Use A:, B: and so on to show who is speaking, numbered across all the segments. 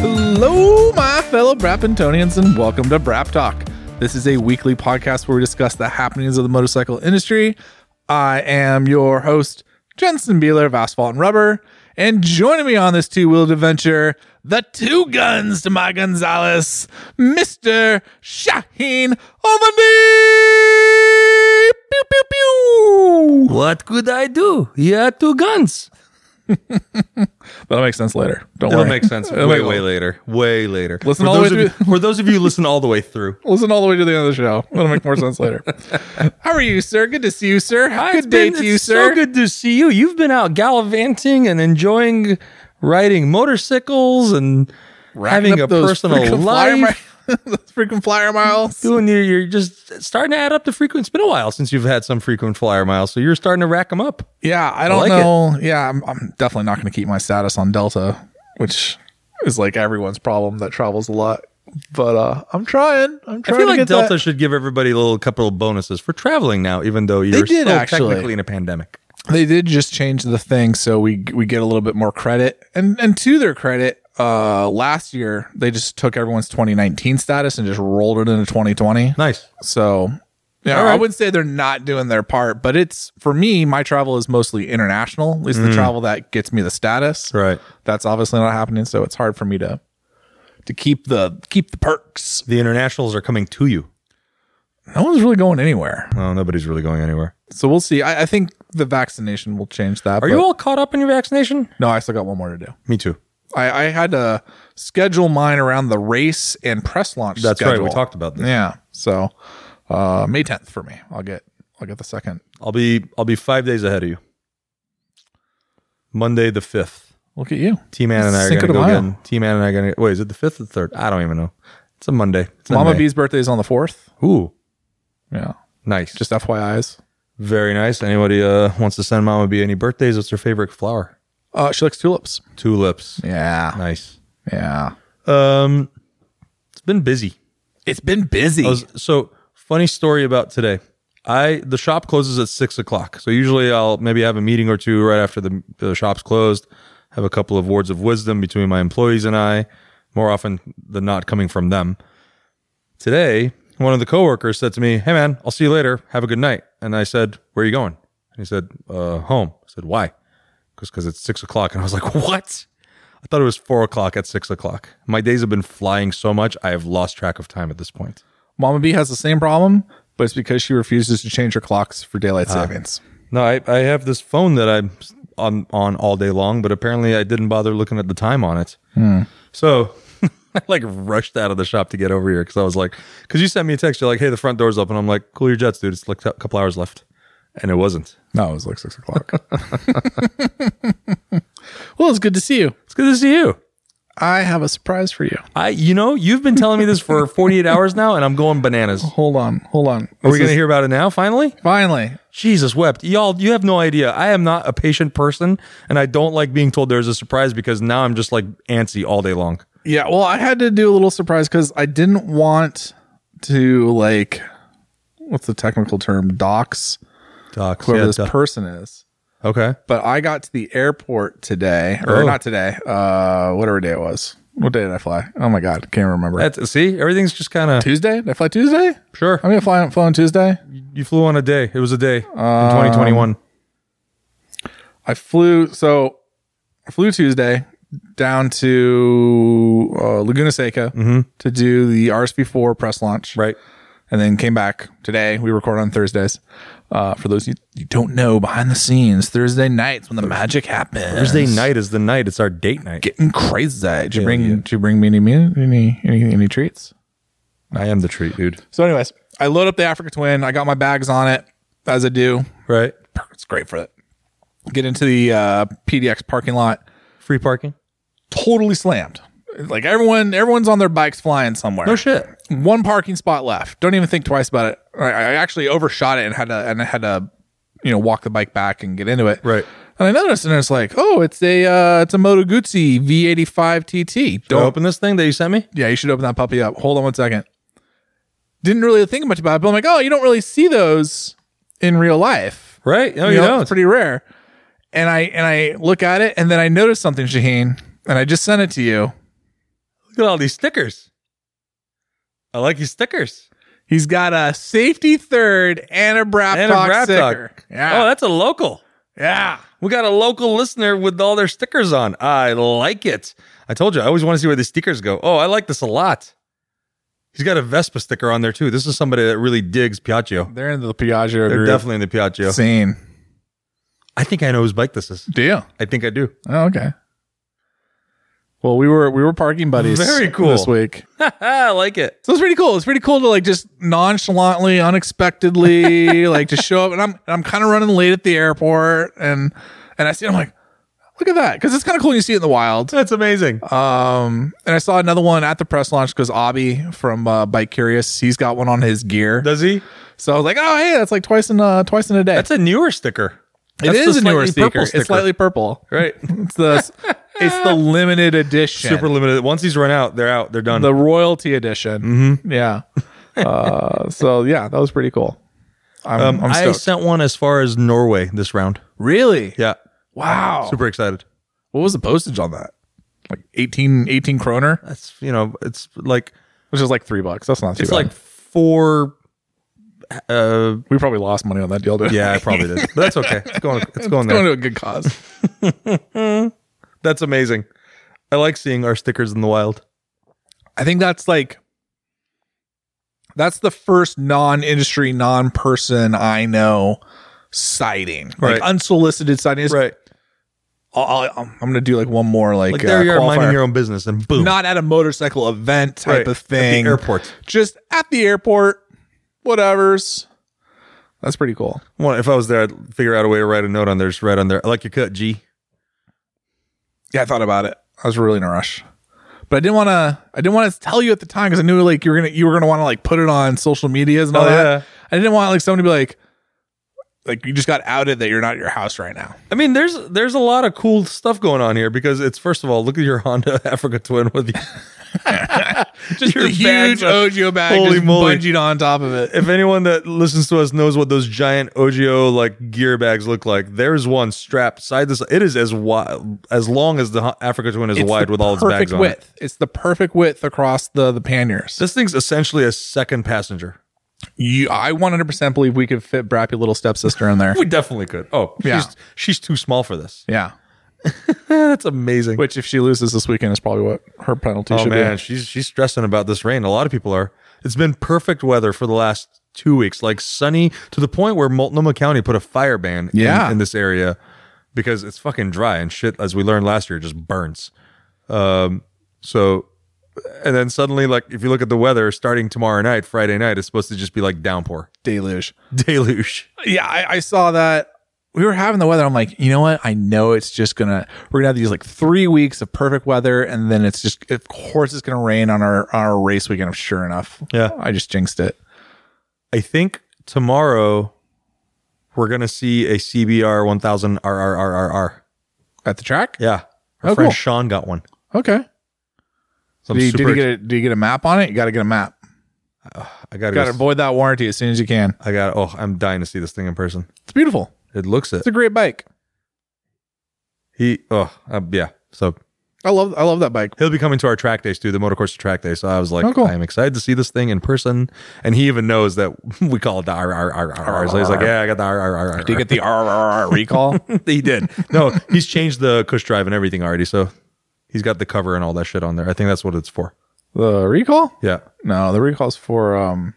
A: Hello, my fellow Brapentonians, and welcome to Brap Talk. This is a weekly podcast where we discuss the happenings of the motorcycle industry. I am your host, Jensen Beeler of Asphalt and Rubber, and joining me on this two-wheeled adventure, the two guns to my Gonzalez, Mr. Shaheen Omani! Pew, pew, pew!
B: What could I do? Yeah, two guns.
A: That'll make sense later. Don't
B: It'll
A: worry.
B: make sense
A: It'll
B: way,
A: make-
B: way later. Way later.
A: Listen
B: for
A: all the
B: those
A: way
B: of you, for those of you who listen all the way through.
A: Listen all the way to the end of the show. That'll make more sense later. Ah, How are you, sir? Good to see you, sir.
B: It's
A: good day
B: been-
A: to you,
B: it's
A: sir.
B: So good to see you. You've been out gallivanting and enjoying riding motorcycles and having
A: Up
B: a
A: those
B: personal
A: freaking flyer
B: life.
A: mi- those freaking flyer miles.
B: Doing your, you're just starting to add up the frequent. It's been a while since you've had some frequent flyer miles, so you're starting to rack them up.
A: Yeah, I don't
B: like it.
A: know. Yeah, I'm, I'm definitely not going to keep my status on Delta, which is like everyone's problem that travels a lot. But uh I'm trying. I'm trying
B: I feel
A: to
B: like
A: get
B: Delta
A: that-
B: should give everybody a little couple of bonuses for traveling now, even though you're
A: did
B: still
A: actually.
B: technically in a pandemic.
A: They did just change the thing, so we we get a little bit more credit. And and to their credit, uh last year they just took everyone's 2019 status and just rolled it into 2020.
B: Nice.
A: So yeah,
B: All right.
A: I wouldn't say they're not doing their part, but it's for me, my travel is mostly international, at least the travel that gets me the status.
B: Mm. Right.
A: That's obviously not happening, so it's hard for me to to keep the keep the perks.
B: The internationals are coming to you.
A: No one's really going anywhere.
B: Well, nobody's really going anywhere.
A: So we'll see. I, I think the vaccination will change that.
B: Are
A: but-
B: you all caught up in your vaccination?
A: no, I still got one more to do.
B: Me too.
A: I, I had to schedule mine around the race and press launch.
B: That's right. We
A: schedule.
B: talked about this.
A: Yeah. So uh May 10th for me. I'll get I'll get the second.
B: I'll be I'll be five days ahead of you. Monday the fifth.
A: Look at you.
B: T Man and I are
A: Cinco
B: gonna
A: de
B: go
A: Mayo.
B: again. T Man and I are gonna wait, is it the fifth or the third? I don't even know. It's a Monday. It's in
A: Mama
B: May.
A: B's birthday is on the fourth.
B: Ooh.
A: Yeah.
B: Nice. Just
A: Just FYI's.
B: very nice. Anybody uh wants to send Mama B any birthdays? What's her favorite flower?
A: Uh, she likes tulips.
B: Tulips.
A: Yeah.
B: Nice.
A: Yeah.
B: Um it's been busy.
A: It's been busy.
B: I was- so funny story about today. I the shop closes at six o'clock. So usually I'll maybe have a meeting or two right after the, the shop's closed. Have a couple of words of wisdom between my employees and I. More often than not, coming from them. Today, one of the coworkers said to me, "Hey man, I'll see you later. Have a good night." And I said, "Where are you going?" And he said, uh, "Home." I said, "Why?" Because because it's six o'clock. And I was like, "What?" I thought it was four o'clock at six o'clock. My days have been flying so much, I have lost track of time at this point.
A: Mama B has the same problem, but it's because she refuses to change her clocks for daylight savings.
B: No, I, I have this phone that I'm s- on on all day long, but apparently I didn't bother looking at the time on it. So I like rushed out of the shop to get over here because I was like, because you sent me a text, you're like, hey, the front door's open. I'm like, cool your jets, dude. It's like a couple hours left, and it wasn't.
A: No, it was like six o'clock. well, it's good to see you.
B: It's good to see you.
A: I have a surprise for you.
B: I, you know, you've been telling me this for 48 hours now, and I'm going bananas.
A: Hold on. Hold on.
B: Are we gonna hear about it now? Finally,
A: Finally.
B: Jesus wept, y'all. You have no idea. I am not a patient person, and I don't like being told there's a surprise because now I'm just like antsy all day long.
A: Yeah. Well, I had to do a little surprise because I didn't want to, like, what's the technical term? Docs
B: Doc,
A: whoever
B: yeah,
A: this
B: doc.
A: person is.
B: okay.
A: but I got to the airport today, or
B: Oh.
A: not today, uh, whatever day it was. What day did I fly? Oh my god, can't remember.
B: That's see, everything's just kind of
A: Tuesday? Did I fly Tuesday?
B: sure.
A: I'm gonna fly on, fly on Tuesday.
B: You flew on a day. It was a day in 2021.
A: I flew so I flew Tuesday down to uh, Laguna Seca to do the RSV4 press launch,
B: Right.
A: and then came back today. We record on Thursdays. Uh, for those you, you don't know, behind the scenes, Thursday nights when the magic happens.
B: Thursday night is the night. It's our date night.
A: getting crazy. Did you bring? Did you bring me any any any, any treats?
B: I am the treat, dude.
A: So, anyways, I load up the Africa Twin. I got my bags on it as I do.
B: Right.
A: It's great for it. Get into the uh, PDX parking lot.
B: Free parking.
A: Totally slammed. Like everyone, everyone's on their bikes flying somewhere.
B: shit.
A: One parking spot left. Don't even think twice about it. I, I actually overshot it and had to and I had to, you know, walk the bike back and get into it.
B: Right.
A: And I noticed, and it's like, oh, it's a uh, it's a Moto Guzzi V85 TT.
B: Do I
A: Don't
B: open this thing that you sent me?
A: yeah, you should open that puppy up. Hold on one second. Didn't really think much about it, but I'm like, oh, you don't really see those in real life.
B: Right. No, you,
A: You know,
B: don't.
A: It's pretty rare. And I and I look at it, and then I notice something, Shaheen, and I just sent it to you.
B: Look Look at all these stickers. I like these stickers.
A: He's got a safety third and a Brap
B: And a
A: Talk
B: Brap
A: sticker.
B: Talk.
A: Yeah.
B: Oh, that's a local.
A: yeah.
B: We got a local listener with all their stickers on. I like it. I told you, I always want to see where the stickers go. Oh, I like this a lot. He's got a Vespa sticker on there too. This is somebody that really digs Piaggio.
A: They're into the Piaggio
B: They're
A: group
B: definitely in the Piaggio.
A: scene.
B: I think I know whose bike this is.
A: Do you?
B: I think I do.
A: Oh, okay. Well, we were we were parking buddies.
B: Very cool.
A: this week.
B: I like it.
A: So it's pretty cool. It's pretty cool to like just nonchalantly, unexpectedly, like to show up. And I'm I'm kind of running late at the airport, and and I see I'm like, look at that, because it's kind of cool. when You see it in the wild.
B: That's amazing.
A: Um, and I saw another one at the press launch because Abby from uh, Bike Curious, he's got one on his gear.
B: Does he?
A: So I was like, oh hey, that's like twice in uh, twice in a day.
B: That's a newer sticker.
A: it
B: That's
A: is
B: the
A: a newer
B: slightly
A: sticker.
B: purple
A: It's slightly purple.
B: right.
A: It's the it's the limited edition,
B: Super limited. Once he's run out, they're out. They're done.
A: the royalty edition.
B: Mm-hmm.
A: Yeah. uh, so yeah, that was pretty cool. I'm,
B: um,
A: I'm
B: I
A: stoked.
B: sent one as far as Norway this round. Oh.
A: really?
B: Yeah.
A: Wow.
B: Super excited.
A: What was the postage on that? Like 18, 18 kroner,
B: That's you know, it's like
A: which is like three bucks. That's not too
B: it's
A: bad.
B: like four uh
A: we probably lost money on that deal. Dude.
B: yeah i probably did but that's okay it's going it's going
A: It's going
B: there
A: to a good cause.
B: that's amazing i like seeing our stickers in the wild
A: I think that's like that's the first non-industry, non-person I know sighting,
B: Right.
A: like unsolicited sighting. It's-
B: right
A: I'll, i am gonna do like one more like,
B: like there
A: uh,
B: you are minding
A: qualifier.
B: your own business and boom
A: not at a motorcycle event type
B: Right.
A: of
B: At
A: thing.
B: the airport
A: Just at the airport, whatever's. That's pretty cool.
B: well if i was there i'd figure out a way to write a note on there just right on there i like your cut g
A: Yeah, I thought about it. I was really in a rush, but I didn't want to. I didn't want to tell you at the time because I knew like you were gonna you were gonna want to like put it on social medias and all
B: Oh,
A: that.
B: yeah.
A: I didn't want like someone to be like, like you just got outed that you're not at your house right now.
B: i mean there's there's a lot of cool stuff going on here because it's first of all look at your honda africa twin with you
A: Just
B: Your
A: a huge
B: bags are-
A: Ojo bag
B: Holy
A: just
B: moly.
A: bungeed on top of it.
B: if anyone that listens to us knows what those giant OGO like gear bags look like, there's one strapped side to side. It is as wide as long as the Hu- Africa Twin is
A: It's
B: wide
A: the
B: with all its
A: perfect
B: bags on. It.
A: width. It's the perfect width across the the panniers.
B: This thing's essentially a second passenger.
A: You, I 100% believe we could fit Brappy little stepsister in there.
B: We definitely could. Oh,
A: Yeah.
B: she's she's too small for this.
A: yeah.
B: That's amazing.
A: Which, if she loses this weekend, is probably what her penalty
B: oh
A: should
B: man,
A: be.
B: she's she's stressing about this rain. A lot of people are. It's been perfect weather for the last two weeks, like sunny to the point where Multnomah County put a fire ban in-
A: Yeah.
B: in, this area because it's fucking dry and shit. As we learned last year, just burns. Um, so and then suddenly, like if you look at the weather, starting tomorrow night, Friday night, it's supposed to just be like downpour,
A: Deluge.
B: deluge.
A: Yeah, I, I saw that. We were having the weather. I'm like, you know what? I know it's just gonna. We're gonna have these like three weeks of perfect weather, and then it's just, of course, it's gonna rain on our on our race weekend. Sure enough,
B: Yeah.
A: I just jinxed it.
B: I think tomorrow we're gonna see a CBR 1000 RRRRR.
A: At the track?
B: Yeah, our
A: Oh,
B: friend
A: cool.
B: Sean got one.
A: Okay.
B: So I'm
A: Do you,
B: super
A: did you get a, do you get a map on it? You got to get a map.
B: I gotta,
A: Got to
B: go,
A: avoid that warranty as soon as you can.
B: I got. Oh, I'm dying to see this thing in person.
A: It's beautiful.
B: It looks it.
A: It's a great bike.
B: He. Oh, uh, yeah. So
A: I love I love that bike.
B: he'll be coming to our track days too, the motocross track day. So I was like,
A: Oh, cool.
B: I'm excited to see this thing in person. And he even knows that we call it the R R R R. So he's like, yeah, I got the R R R R.
A: Do you get the RRR recall?
B: He did. No, he's changed the cush drive and everything already. So he's got the cover and all that shit on there. I think that's what it's for.
A: the recall?
B: Yeah.
A: No, the recall's for um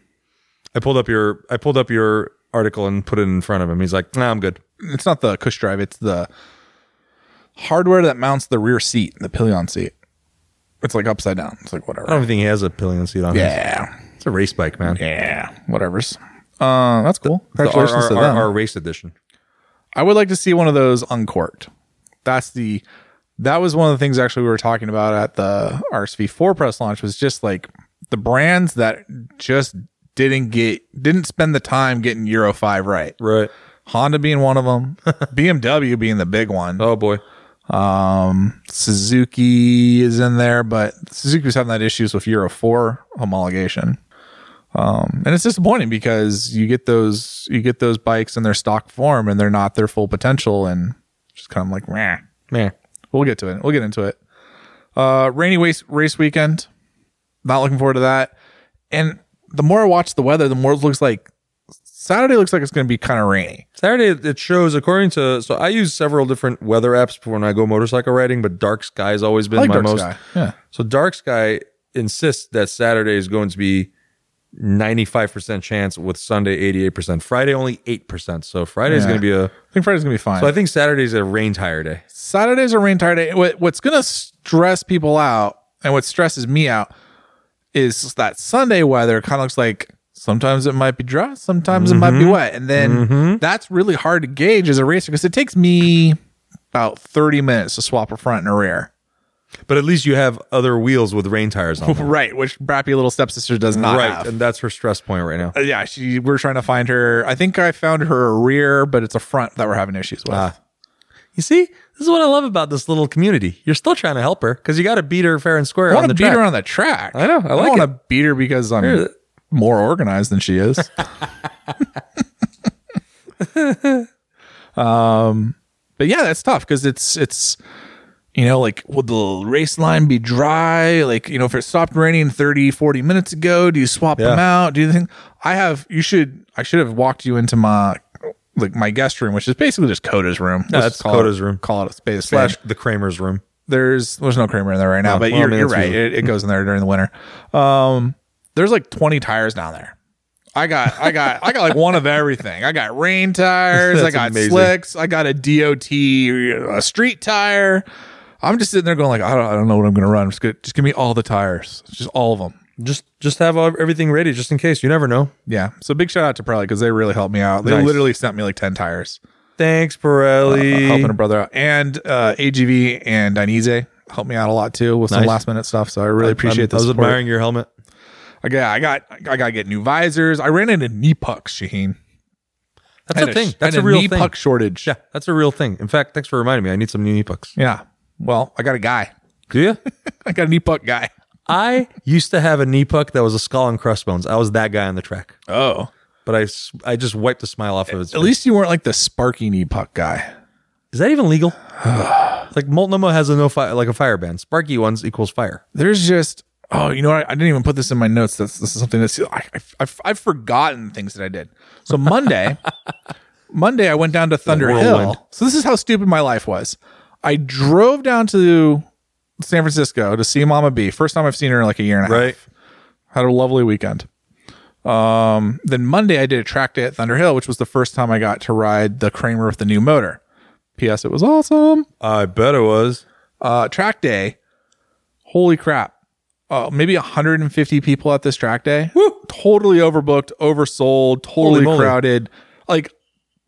B: I pulled up your. I pulled up your article and put it in front of him. He's like, nah, I'm good.
A: it's not the cush drive, it's the hardware that mounts the rear seat, the pillion seat. It's like upside down. It's like
B: I
A: whatever.
B: don't think he has a pillion seat on. his.
A: Yeah.
B: It's a race bike, man.
A: Yeah. Whatever's. Uh that's cool.
B: The
A: Congratulations to them.
B: RRRR race edition.
A: I would like to see one of those uncorked. That's the that was one of the things actually we were talking about at the RSV4 press launch was just like the brands that just didn't get didn't spend the time getting Euro 5 right.
B: Right.
A: Honda being one of them, BMW being the big one.
B: Oh boy.
A: Um Suzuki is in there, but Suzuki was having that issues with Euro 4 homologation. Um, and it's disappointing because you get those you get those bikes in their stock form and they're not their full potential and just kind of like meh.
B: Man.
A: We'll get to it. We'll get into it. Uh, rainy race race weekend. Not looking forward to that. And the more I watch the weather, the more it looks like Saturday looks like it's going to be kind of rainy.
B: Saturday it shows according to so I use several different weather apps for when I go motorcycle riding, but dark sky has always been
A: I like
B: my
A: dark
B: most.
A: sky. Yeah.
B: So dark sky insists that Saturday is going to be 95% chance with Sunday 88%. Friday only 8%. So Friday's
A: Yeah.
B: going to be a
A: I think Friday's going to be fine.
B: So I think Saturday's a rain tire day.
A: Saturday's a rain tire day. What, what's going to stress people out and what stresses me out is that Sunday weather kind of looks like sometimes it might be dry, sometimes it might be wet. And then that's really hard to gauge as a racer because it takes me about 30 minutes to swap a front and a rear.
B: But at least you have other wheels with rain tires on them.
A: Right, which Brappy little stepsister does not
B: right.
A: have.
B: And that's her stress point right now.
A: Uh, yeah, she we're trying to find her. I think I found her rear, but it's a front that we're having issues with.
B: Ah. You see, this is what I love about this little community. You're still trying to help her because you got to beat her fair and square
A: I
B: on
A: want
B: the
A: to beat
B: track.
A: her on the track.
B: I know, I like
A: don't
B: it.
A: want to beat her because I'm more organized than she is. um, Um, but yeah, that's tough because it's it's you know like would the race line be dry? Like you know if it stopped raining 30, 40 minutes ago, do you swap them out? Do you think I have? You should. I should have walked you into my like my guest room, which is basically just Coda's room. Let's
B: that's
A: call it-
B: Coda's room.
A: Call it a space
B: Slash the Kramer's room.
A: there's there's no creamer in there right now, but
B: well,
A: you're,
B: I mean,
A: you're
B: that's
A: right.
B: usually-
A: It, it goes in there during the winter. Um, there's like 20 tires down there. I got I got I got like one of everything. I got rain tires. I
B: That's
A: got
B: amazing.
A: slicks. I got a DOT a street tire. I'm just sitting there going like I don't I don't know what I'm gonna run. Just, gonna, just give me all the tires, just all of them.
B: Just just have all- everything ready just in case. You never know.
A: Yeah. So big shout out to Pirelli because they really helped me out. They
B: Nice.
A: literally sent me like 10 tires,
B: Thanks,
A: uh,
B: Pirelli.
A: helping a brother out. And uh, AGV and Dainese helped me out a lot too with some
B: Nice.
A: last minute stuff. So I really appreciate
B: I
A: this.
B: was admiring your helmet.
A: Like, yeah, I got I got to get new visors. I ran into knee pucks, Shaheen. I
B: That's
A: had
B: a thing.
A: sh-
B: That's
A: had
B: a real
A: knee
B: thing.
A: puck shortage.
B: Yeah, that's a real thing. In fact, thanks for reminding me. I need some new knee pucks.
A: Yeah. Well, I got a guy.
B: Do you?
A: I got a knee puck guy.
B: I used to have a knee puck that was a skull and crossbones. I was that guy on the track,
A: Oh.
B: but I, s- I just wiped the smile off of his.
A: At
B: face.
A: least you weren't like the sparky knee puck guy.
B: Is that even legal? like Multnomah has a no fire, like a fire ban. Sparky ones equals fire.
A: There's just oh, you know what? I didn't even put this in my notes. That's this is something that's I, I've, I've, I've forgotten things that I did. So Monday, Monday I went down to Thunder
B: whirlwind.
A: Hill. So this is how stupid my life was. I drove down to San Francisco to see Mama B. First time I've seen her in like a year and a half. had a lovely weekend. Um, then Monday I did a track day at Thunder Hill, which was the first time I got to ride the Kramer with the new motor. P.S. It was awesome.
B: I bet it was.
A: Uh, track day, holy crap! Uh, maybe 150 people at this track day. Totally overbooked, oversold, totally
B: Holy moly.
A: crowded. Like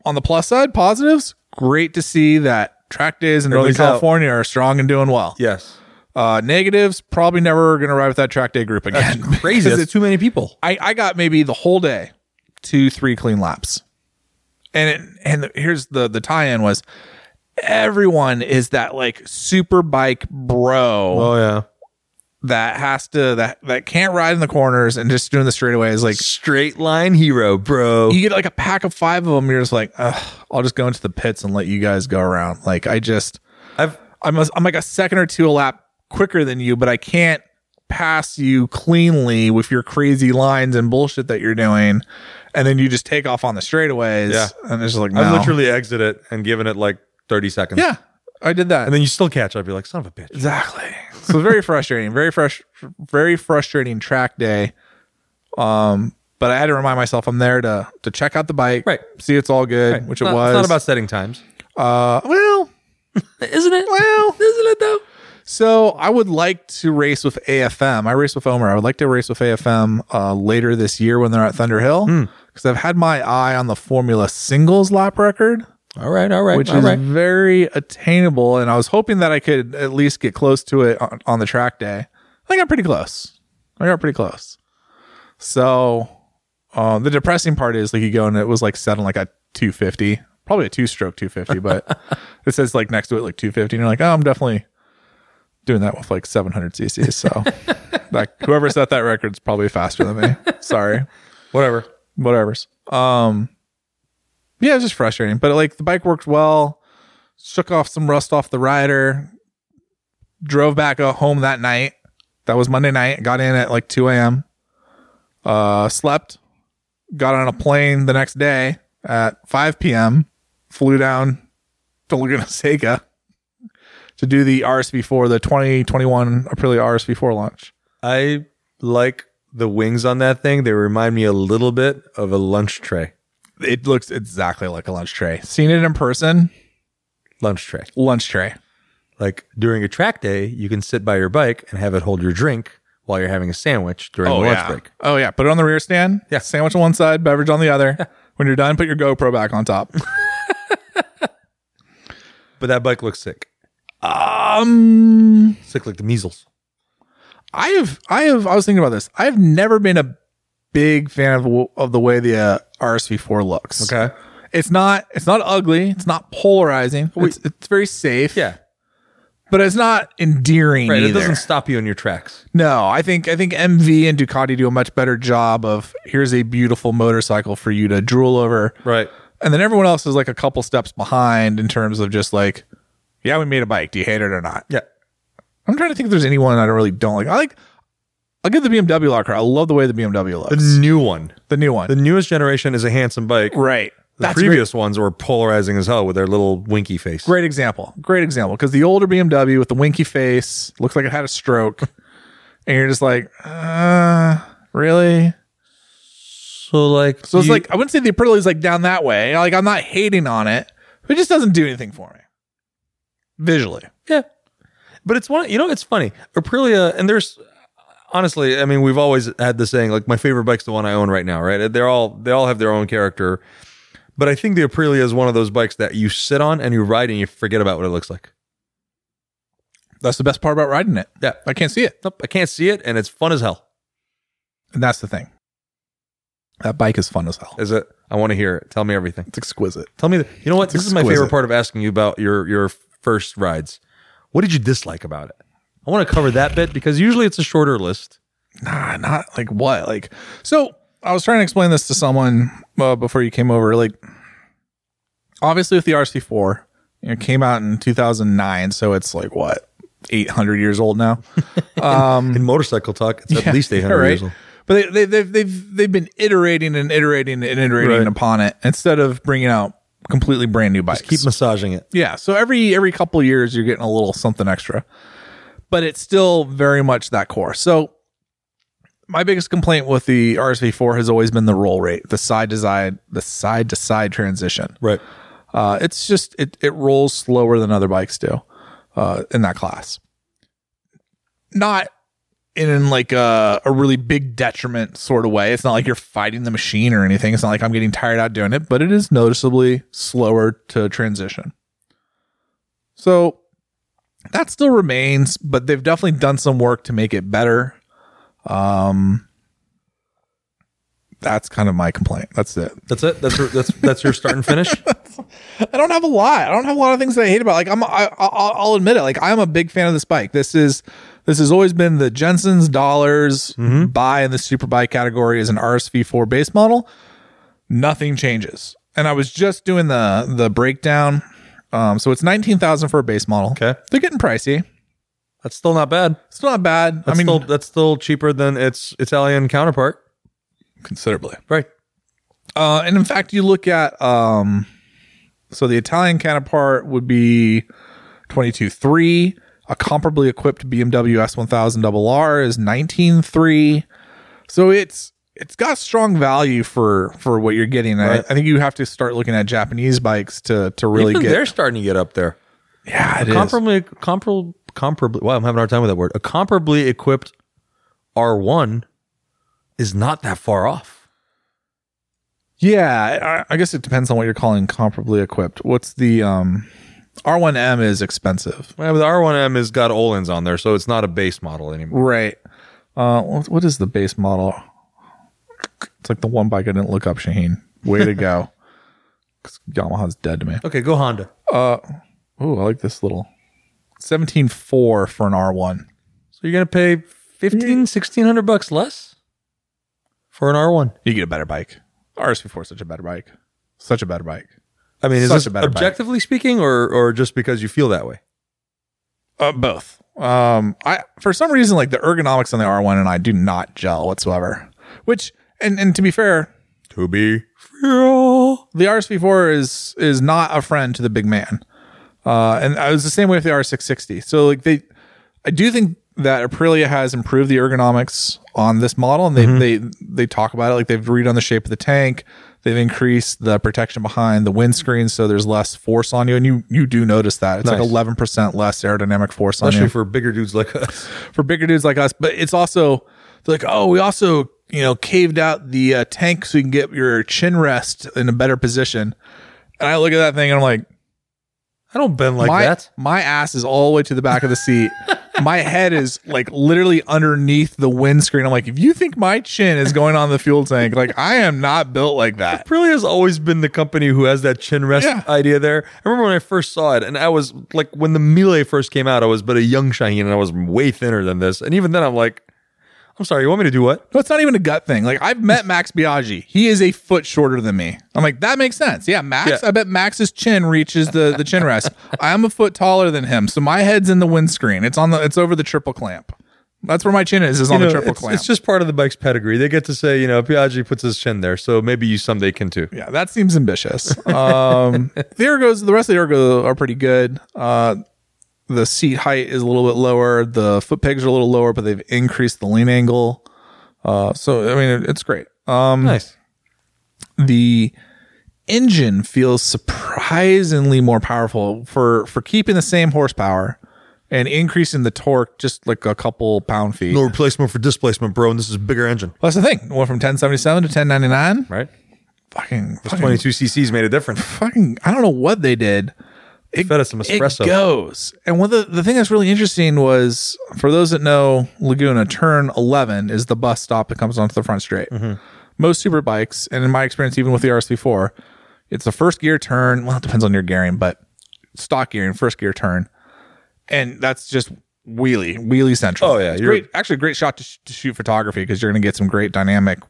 A: on the plus side, positives. Great to see that track days in Northern
B: Everybody's out.
A: California are strong and doing well.
B: Yes.
A: Uh, negatives, probably never going to ride with that track day group again.
B: Crazy.
A: Because
B: That's too many people.
A: I, I got maybe the whole day, two, three clean laps. And it, and the, here's the the tie-in was everyone is that like super bike bro
B: Oh yeah.
A: that has to that that can't ride in the corners and just doing the straightaways like
B: Straight line hero, bro.
A: you get like a pack of five of them you're just like Ugh, I'll just go into the pits and let you guys go around like I just
B: I've
A: I'm a, I'm like a second or two a lap quicker than you but I can't pass you cleanly with your crazy lines and bullshit that you're doing and then you just take off on the straightaways
B: Yeah.
A: and it's just like no.
B: I've literally exited it and given it like 30 seconds.
A: yeah I did that
B: And then you still catch up. You're like, son of a bitch.
A: Exactly. So very frustrating, very fresh, very frustrating track day. Um, but I had to remind myself I'm there to to check out the bike,
B: Right.
A: See it's all good, which it
B: Not-
A: was.
B: It's not about setting times.
A: about. Uh, well,
B: Isn't it? Well, isn't it though?
A: so I would like to race with AFM. I race with Omer. I would like to race with AFM uh, later this year when they're at Thunder Hill because I've had my eye on the Formula Singles lap record.
B: All right, all right,
A: which
B: all
A: is
B: right.
A: very attainable. And I was hoping that I could at least get close to it on, on the track day. I got pretty close. I got pretty close. So uh, the depressing part is like you go and it was like set on like a 250, probably a two stroke 250, but it says like next to it like 250. And you're like, oh, I'm definitely doing that with like 700 cc's. So like whoever set that record's probably faster than me. Sorry
B: Whatever.
A: whatever's. Um, yeah, it was just frustrating, but like the bike worked well, shook off some rust off the rider, drove back uh, home that night, That was Monday night. Got in at like 2 a.m. Uh, slept. Got on a plane the next day at 5 p.m. Flew down to Laguna Seca to do the RSV4, the 2021 Aprilia RSV4 launch.
B: I like the wings on that thing. They remind me a little bit of a lunch tray.
A: It looks exactly like a lunch tray. Seen it in person,
B: Lunch tray.
A: lunch tray.
B: Like during a track day, you can sit by your bike and have it hold your drink while you're having a sandwich during the lunch
A: yeah.
B: break.
A: Oh yeah. Put it on the rear stand. Yeah. Sandwich on one side, beverage on the other. When you're done, put your GoPro back on top.
B: But that bike looks sick.
A: um
B: Sick like the measles.
A: I have I have I was thinking about this. I've never been a big fan of of the way the uh, RSV4 looks.
B: Okay.
A: It's not it's not ugly, it's not polarizing. It's, it's very safe.
B: Yeah.
A: But it's not endearing
B: Right. It
A: either.
B: doesn't stop you in your tracks.
A: No, I think I think MV and Ducati do a much better job of here's a beautiful motorcycle for you to drool over.
B: Right.
A: And then everyone else is like a couple steps behind in terms of just like, yeah, we made a bike. Do you hate it or not?
B: Yeah.
A: I'm trying to think if there's anyone I really don't like. I like I'll give the BMW locker. I love the way the BMW looks.
B: The
A: The,
B: new one.
A: new one.
B: The newest generation is a handsome bike.
A: right.
B: The
A: That's a great,
B: previous ones were polarizing as hell with their little winky face.
A: great example. Great example. Because the older BMW with the winky face looks like it had a stroke. and you're just like, uh, really?
B: So like,
A: So it's like I wouldn't say the Aprilia is like down that way. Like I'm not hating on it, but it just doesn't do anything for me visually.
B: yeah, but it's one. You know, it's funny. Aprilia, and there's honestly, I mean, we've always had the saying like, my favorite bike's the one I own right now. Right? They're all they all have their own character, but I think the Aprilia is one of those bikes that you sit on and you ride and you forget about what it looks like.
A: That's the best part about riding it.
B: Yeah.
A: I can't see it,
B: Nope, I can't see it, and it's fun as hell.
A: and that's the thing. That bike is fun as hell.
B: Is it? I want to hear it. Tell me everything.
A: It's exquisite.
B: Tell me. The, you know what? This is my
A: exquisite.
B: favorite part of asking you about your your first rides. What did you dislike about it? I want to cover that bit because usually it's a shorter list.
A: Nah, not like what? Like so. I was trying to explain this to someone uh, before you came over. Like, obviously, with the RC4, you know, it came out in 2009, so it's like what 800 years old now.
B: Um, In motorcycle talk, it's
A: Yeah,
B: at least 800
A: right.
B: years old.
A: But they, they, they've they've they've been iterating and iterating and iterating
B: Right.
A: upon it instead of bringing out completely brand new bikes.
B: Keep massaging it.
A: yeah, so every every couple of years you're getting a little something extra, but it's still very much that core. So my biggest complaint with the RSV4 has always been the roll rate, the side to side, the side to side transition.
B: Right.
A: Uh, it's just it it rolls slower than other bikes do uh, in that class. Not in, in like a, a really big detriment sort of way. It's not like you're fighting the machine or anything. It's not like I'm getting tired out doing it, but it is noticeably slower to transition. So that still remains, but they've definitely done some work to make it better. Um, that's kind of my complaint. That's it.
B: That's it. That's your, that's that's your start and finish.
A: I don't have a lot. I don't have a lot of things that I hate about. it. Like I'm, I, I- I'll I'll admit it. Like I'm a big fan of this bike. This is, this has always been the Jensen's dollars
B: Mm-hmm.
A: buy in the superbike category as an RSV4 base model. Nothing changes. And I was just doing the the breakdown. Um, so it's nineteen thousand for a base model.
B: Okay.
A: they're getting pricey.
B: That's still not bad.
A: It's not bad. I
B: That's
A: mean,
B: still, that's still cheaper than its Italian counterpart.
A: considerably.
B: Right.
A: Uh, and in fact, you look at um, so the Italian counterpart would be twenty two three. A comparably equipped BMW S1000 RR is nineteen three. So it's it's got strong value for for what you're getting. I,
B: Right.
A: I think you have to start looking at Japanese bikes to to really
B: Even
A: get.
B: they're starting to get up there.
A: Yeah, it is.
B: Comparably, comparably, comparably. Wow, I'm having a hard time with that word. A comparably equipped R1 is not that far off.
A: Yeah, I, I guess it depends on what you're calling comparably equipped. What's the um, R1M is expensive.
B: Well, the R1M has got Olin's on there, so it's not a base model anymore.
A: Right. Uh, what what is the base model? It's like the one bike I didn't look up, Shaheen. Way to go. 'Cause Yamaha's dead to me.
B: Okay, go Honda.
A: Oh, I like this little. 17.4 for an R1.
B: So you're gonna pay 15, 1600 bucks less for an R1.
A: You get a better bike. RSV4 is such a better bike. Such a better bike.
B: I mean, is
A: Such
B: this
A: a better bike.
B: objectively speaking, or or just because you feel that way?
A: Uh, both. Um, I for some reason like the ergonomics on the R1 and I do not gel whatsoever. Which and and to be fair,
B: To be real.
A: the RSV4 is is not a friend to the big man. Uh, and I was the same way with the R660. So like they, I do think that Aprilia has improved the ergonomics on this model, and they they
B: Mm-hmm.
A: they talk about it like they've redone the shape of the tank. They've increased the protection behind the windscreen, so there's less force on you, and you you do notice that it's like
B: Nice.
A: 11 percent less aerodynamic force on you
B: Especially for bigger dudes like us.
A: for bigger dudes like us. But it's also they're like, oh, we also you know caved out the uh, tank so you can get your chin rest in a better position. And I look at that thing and I'm like,
B: I don't bend like
A: my
B: that.
A: my ass is all the way to the back of the seat. my head is like literally underneath the windscreen. I'm like, if you think my chin is going on the fuel tank, like I am not built like that.
B: Aprilia has always been the company who has that chin rest
A: Yeah.
B: idea there. I remember when I first saw it, and I was like, when the Miele first came out, I was but a young Shaheen, and I was way thinner than this. And even then, I'm like, I'm sorry, you want me to do what?
A: No, it's not even a gut thing. Like I've met Max Biaggi. He is a foot shorter than me. I'm like, that makes sense. Yeah, Max,
B: Yeah.
A: I bet Max's chin reaches the, the chin rest. I'm a foot taller than him. So my head's in the windscreen. It's on the it's over the triple clamp. That's where my chin is, is on
B: You know,
A: the triple
B: it's,
A: clamp.
B: it's just part of the bike's pedigree. They get to say, you know, Piaggi puts his chin there, so maybe you someday can too.
A: yeah, that seems ambitious. Um the ergos, the rest of the ergo are pretty good. Uh the seat height is a little bit lower. The foot pegs are a little lower, but they've increased the lean angle. Uh, so I mean, it, it's great. Um,
B: Nice.
A: the engine feels surprisingly more powerful for for keeping the same horsepower and increasing the torque just like a couple pound feet.
B: No replacement for displacement, bro. And this is a bigger engine,
A: That's the thing. It Went from 1077 to 1099.
B: right?
A: Fucking, fucking,
B: 22 cc's made a difference.
A: fucking, I don't know what they did. It,
B: Fed us some
A: It
B: espresso.
A: goes. And one of the, the thing that's really interesting was for those that know Laguna, turn 11 is the bus stop that comes onto the front straight.
B: Mm-hmm.
A: Most super bikes, and in my experience, even with the RSV4, it's the first gear turn. Well, it depends on your gearing, but stock gearing, first gear turn. And that's just wheelie, wheelie central.
B: Oh, yeah,
A: It's
B: you're-
A: great. Actually, a great shot to, sh- to shoot photography because you're going to get some great dynamic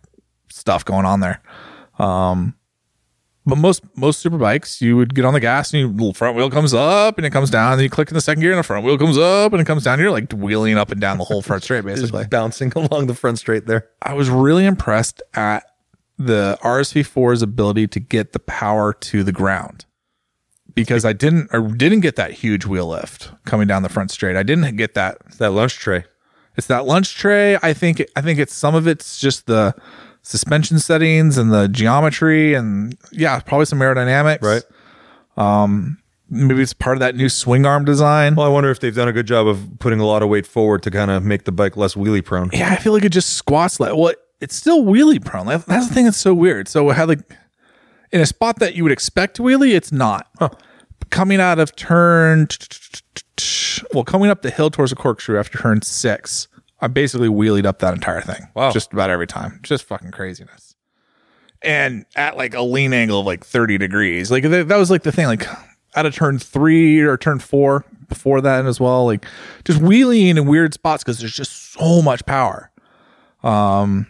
A: stuff going on there. But most most super bikes, you would get on the gas and you front wheel comes up and it comes down, and you click in the second gear and the front wheel comes up and it comes down. You're like wheeling up and down the whole front straight basically.
B: Just bouncing along the front straight there.
A: I was really impressed at the RSV4's ability to get the power to the ground because I didn't I didn't get that huge wheel lift coming down the front straight. I didn't get that
B: It's that lunch tray.
A: it's that lunch tray. I think I think it's some of it's just the suspension settings and the geometry and yeah, probably some aerodynamics.
B: Right.
A: Um maybe it's part of that new swing arm design.
B: Well, I wonder if they've done a good job of putting a lot of weight forward to kind of make the bike less wheelie prone.
A: yeah, I feel like it just squats like well, it's still wheelie prone. That- That's the thing that's so weird. So it had like in a spot that you would expect wheelie, it's not. Coming out of turn well, coming up the hill towards the corkscrew after turn six, I basically wheelied up that entire thing.
B: Wow.
A: Just about every time. Just fucking craziness. and at like a lean angle of like 30 degrees. Like th- that was like the thing, like out of turn three or turn four before that as well. Like just wheeling in weird spots because there's just so much power. Um,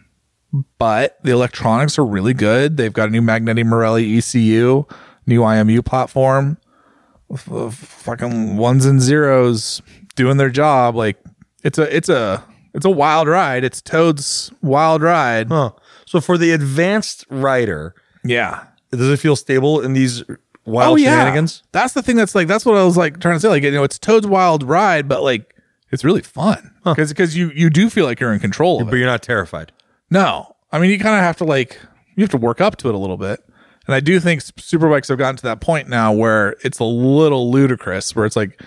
A: but the electronics are really good. They've got a new Magneti Morelli ECU, new IMU platform. F- f- fucking ones and zeros doing their job. Like it's a it's a it's a wild ride. It's Toad's wild ride.
B: Huh. So for the advanced rider,
A: Yeah.
B: does it feel stable in these wild shenanigans?
A: Oh, That's the thing that's like that's what I was like trying to say. Like, you know, it's Toad's Wild Ride, but like it's really fun. Because you you do feel like you're in control of
B: But
A: it.
B: you're not terrified.
A: No. I mean you kind of have to like you have to work up to it a little bit. And I do think s- superbikes have gotten to that point now where it's a little ludicrous, where it's like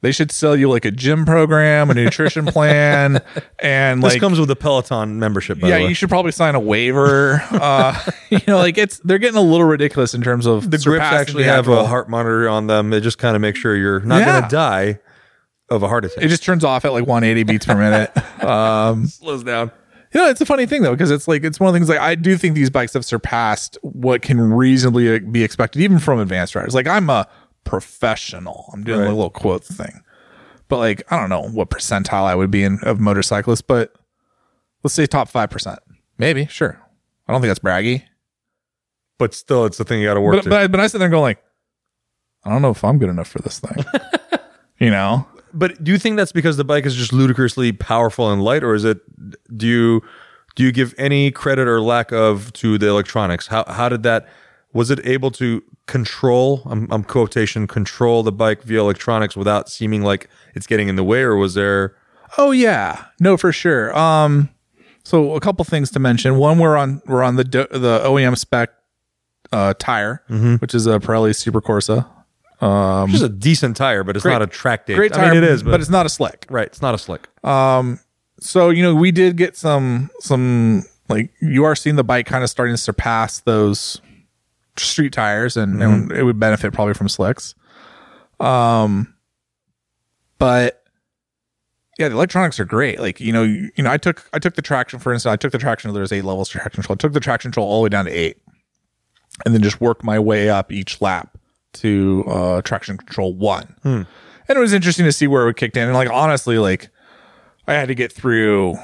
A: they should sell you like a gym program, a nutrition plan, and
B: This
A: like
B: comes with a Peloton membership, by
A: yeah,
B: the way.
A: you should probably sign a waiver. uh, you know, like it's they're getting a little ridiculous in terms of
B: the grips
A: surpassing
B: actually
A: the
B: have
A: actual-
B: a heart monitor on them. They just kind of make sure you're not going
A: Yeah.
B: to die of a heart attack.
A: it just turns off at like 180 beats per minute. um,
B: slows down.
A: you know, it's a funny thing though, because it's like, it's one of the things like I do think these bikes have surpassed what can reasonably uh, be expected, even from advanced riders. Like, I'm a professional, I'm doing
B: Right.
A: a little quote thing, but like, I don't know what percentile I would be in of motorcyclists, but let's say top 5%. Maybe, sure. I don't think that's braggy.
B: But still, it's the thing you got to work
A: But,
B: to.
A: but, I- but I sit there and go, like, I don't know if I'm good enough for this thing, you know?
B: but do you think that's because the bike is just ludicrously powerful and light, or is it? Do you do you give any credit or lack of to the electronics? How how did that? Was it able to control? I'm, I'm quotation control the bike via electronics without seeming like it's getting in the way, or was there?
A: Oh yeah, no for sure. Um, so a couple things to mention. One, we're on we're on the do- the OEM spec uh, tire, which is a Pirelli Super Corsa. Um,
B: It's just a decent tire, but it's not a track day.
A: great tire,
B: I mean, it is, but,
A: it's not a slick.
B: right. It's not a slick.
A: So you know, we did get some some like you are seeing the bike kind of starting to surpass those street tires, and, and it would benefit probably from slicks. Um, but yeah, the electronics are great. Like you know, you, you know, I took I took the traction for instance. I took the traction. There's eight levels of traction control. I took the traction control all the way down to eight, and then just worked my way up each lap to uh, traction control one. And it was interesting to see where it kicked in. And like honestly, like I had to get through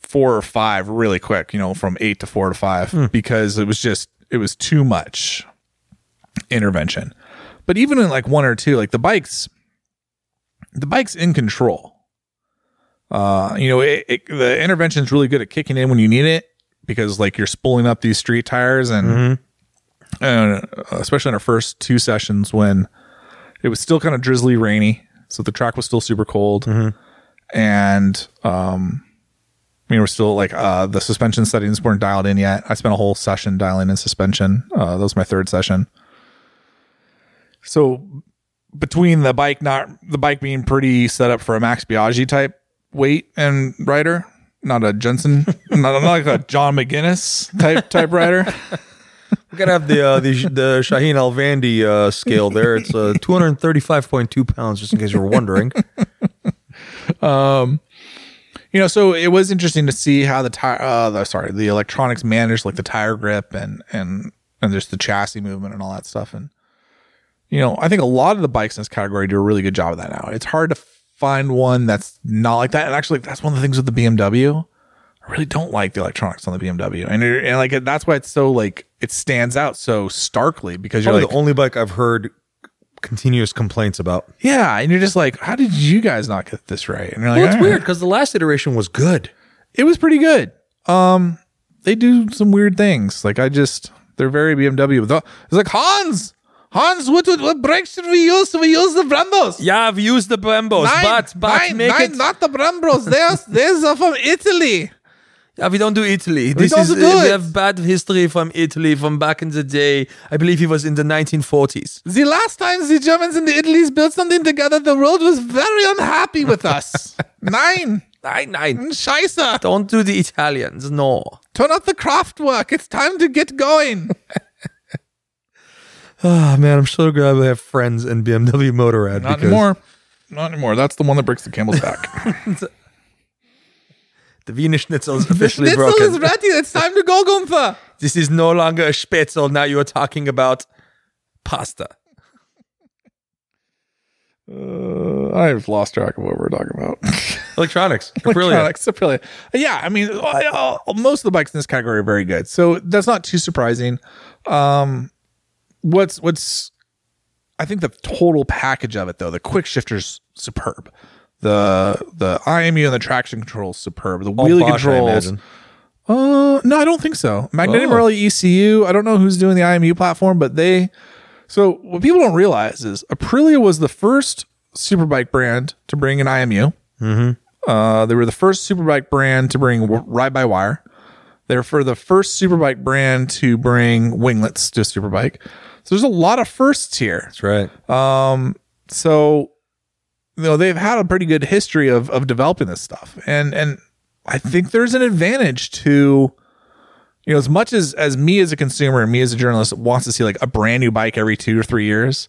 A: four or five really quick. You know, from eight to four to five because it was just it was too much intervention. But even in like one or two, like the bikes, the bike's in control. Uh, you know, it, it, the intervention's really good at kicking in when you need it because like you're spooling up these street tires and, and uh, especially in our first two sessions when it was still kind of drizzly rainy. So the track was still super cold and, um, I mean, we're still like, uh, the suspension settings weren't dialed in yet. I spent a whole session dialing in suspension. Uh, that was my third session. So between the bike not the bike being pretty set up for a Max Biaggi type weight and rider, not a Jensen, not, not like a John McGinnis type type rider.
B: We're gonna have the uh, the the Shaheen Alvandi uh, scale there. It's uh, 235.2 pounds, just in case you were wondering.
A: you know, so it was interesting to see how the tire, uh, the, sorry, the electronics managed like the tire grip and and and just the chassis movement and all that stuff. And you know, I think a lot of the bikes in this category do a really good job of that now. It's hard to find one that's not like that. And actually, that's one of the things with the BMW. I really don't like the electronics on the BMW, and it, and like that's why it's so like it stands out so starkly because you're
B: Probably
A: like,
B: Oh, the only bike I've heard continuous complaints about.
A: yeah, and you're just like, how did you guys not get this right? And you're like,
B: Well, it's
A: "Ah."
B: weird because the last iteration was good.
A: it was pretty good. Um, they do some weird things. Like I just, they're very BMW. The- It's like Hans, Hans, what what, what brakes should we use? Should we use the Brembos?
B: Yeah, I've used the Brembos,
A: nine, nine, not the Brembos. There's there's are from Italy.
B: Yeah, we don't do Italy. This
A: don't
B: is
A: do
B: we
A: it.
B: have bad history from Italy from back in the day. I believe it was in the 1940s.
A: The last time the Germans and the Italians built something together, the world was very unhappy with us. nine,
B: Nine nine.
A: Scheiße,
B: Don't do the Italians. No.
A: turn off the Kraftwerk. It's time to get going.
B: Oh man, I'm so glad we have friends in BMW Motorrad.
A: Not anymore. Not anymore. That's the one that breaks the camel's back.
B: The Wiener Schnitzel is officially
A: Schnitzel
B: broken.
A: is ready. It's time to go, Gunther.
B: this is no longer a spätzle. Now you are talking about pasta.
A: Uh, I've lost track of what we're talking about.
B: Electronics. Aprilia.
A: Electronics, Aprilia. Yeah, I mean, I- I- most of the bikes in this category are very good, so that's not too surprising. Um, what's what's I think the total package of it though, the quick shifter's superb. The the IMU and the traction control is superb. The wheelie
B: Oh, Bosch, I
A: controls.
B: imagine.
A: Uh, no, I don't think so. Magnetic
B: Oh.
A: Rally ECU. I don't know who's doing the IMU platform, but they. So what people don't realize is Aprilia was the first superbike brand to bring an IMU. Uh, they were the first superbike brand to bring w- ride by wire. They're for the first superbike brand to bring winglets to superbike. So there's a lot of firsts here Um,
B: That's right.
A: so you know they've had a pretty good history of of developing this stuff and and i think there's an advantage to you know as much as as me as a consumer and me as a journalist wants to see like a brand new bike every two or three years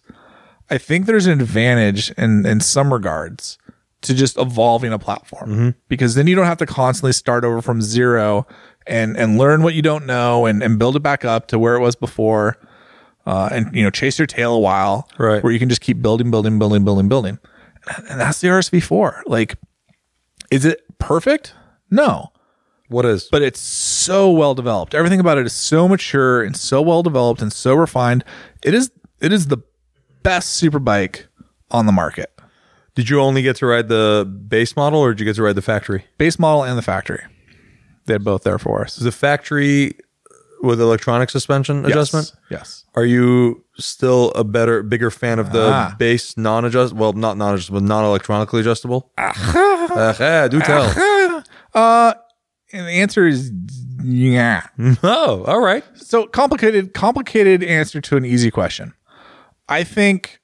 A: i think there's an advantage in in some regards to just evolving a platform because then you don't have to constantly start over from zero and and learn what you don't know and and build it back up to where it was before uh, and you know chase your tail a while
B: Right.
A: where you can just keep building building building building building and that's the rsv4 like is it perfect no
B: What is?
A: but it's so well developed everything about it is so mature and so well developed and so refined it is it is the best superbike on the market
B: Did you only get to ride the base model, or did you get to ride the factory?
A: Base model and the factory. They're both there for us.
B: Is the factory with electronic suspension adjustment?
A: Yes.
B: Are you still a better, bigger fan of the
A: Ah.
B: base non-adjust? Well, not non-adjustable, non-electronically adjustable. Ah, yeah, do tell.
A: Uh, and the answer is yeah.
B: oh, all right.
A: So complicated, complicated answer to an easy question. I think,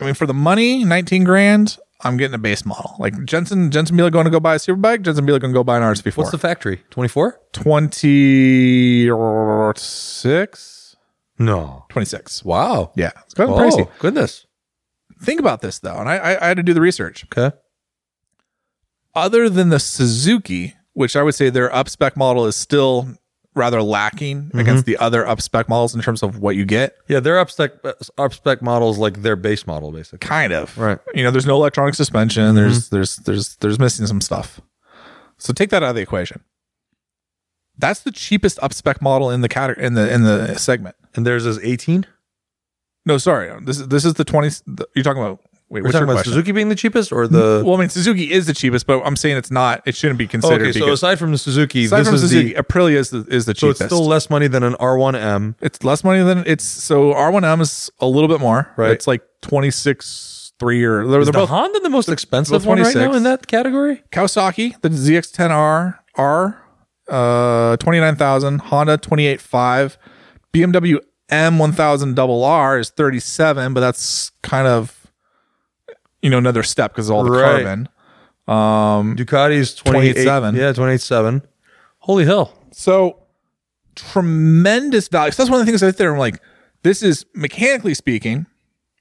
A: I mean, for the money, 19 grand, I'm getting a base model. Like Jensen, Jensen Beeler going to go buy a superbike. Jensen Beeler going to go buy an RSV4.
B: What's the factory? Twenty-four?
A: 26?
B: No.
A: 26.
B: Wow.
A: Yeah. It's kind of
B: Oh,
A: pricey.
B: goodness.
A: Think about this though. And I, I, I had to do the research.
B: Okay.
A: other than the Suzuki, which I would say their up spec model is still rather lacking
B: Mm-hmm.
A: against the other up spec models in terms of what you get.
B: Yeah, their up spec up spec model is like their base model, basically.
A: Kind of.
B: Right. Mm-hmm.
A: You know, there's no electronic suspension. There's there's there's there's missing some stuff. So take that out of the equation. That's the cheapest up spec model in the category in the in the segment.
B: And theirs is eighteen.
A: No, sorry. This is this is the 20 the, you're talking about wait,
B: We're
A: what's your
B: talking about
A: question?
B: Suzuki being the cheapest, or the
A: Well, I mean Suzuki is the cheapest, but I'm saying it's not it shouldn't be considered
B: okay. So
A: because
B: aside from the Suzuki,
A: aside
B: this
A: from
B: is
A: Suzuki,
B: the
A: Aprilia is the is the
B: so
A: cheapest.
B: it's still less money than an R1M.
A: It's less money than it's so R1M is a little bit more.
B: Right.
A: It's like 26 3 or they're, they're
B: the
A: both
B: Honda the most expensive
A: both
B: one right
A: 26.
B: now in that category?
A: Kawasaki, the ZX10R R uh 29,000, Honda 28.5, BMW M1000 double R is 37, but that's kind of you know another step cuz all the
B: Right.
A: carbon. Um
B: Mm. Ducati's 28,
A: 28.7.
B: Yeah, twenty-eight seven. Holy hell!
A: So tremendous value. So that's one of the things I sit there I'm like this is mechanically speaking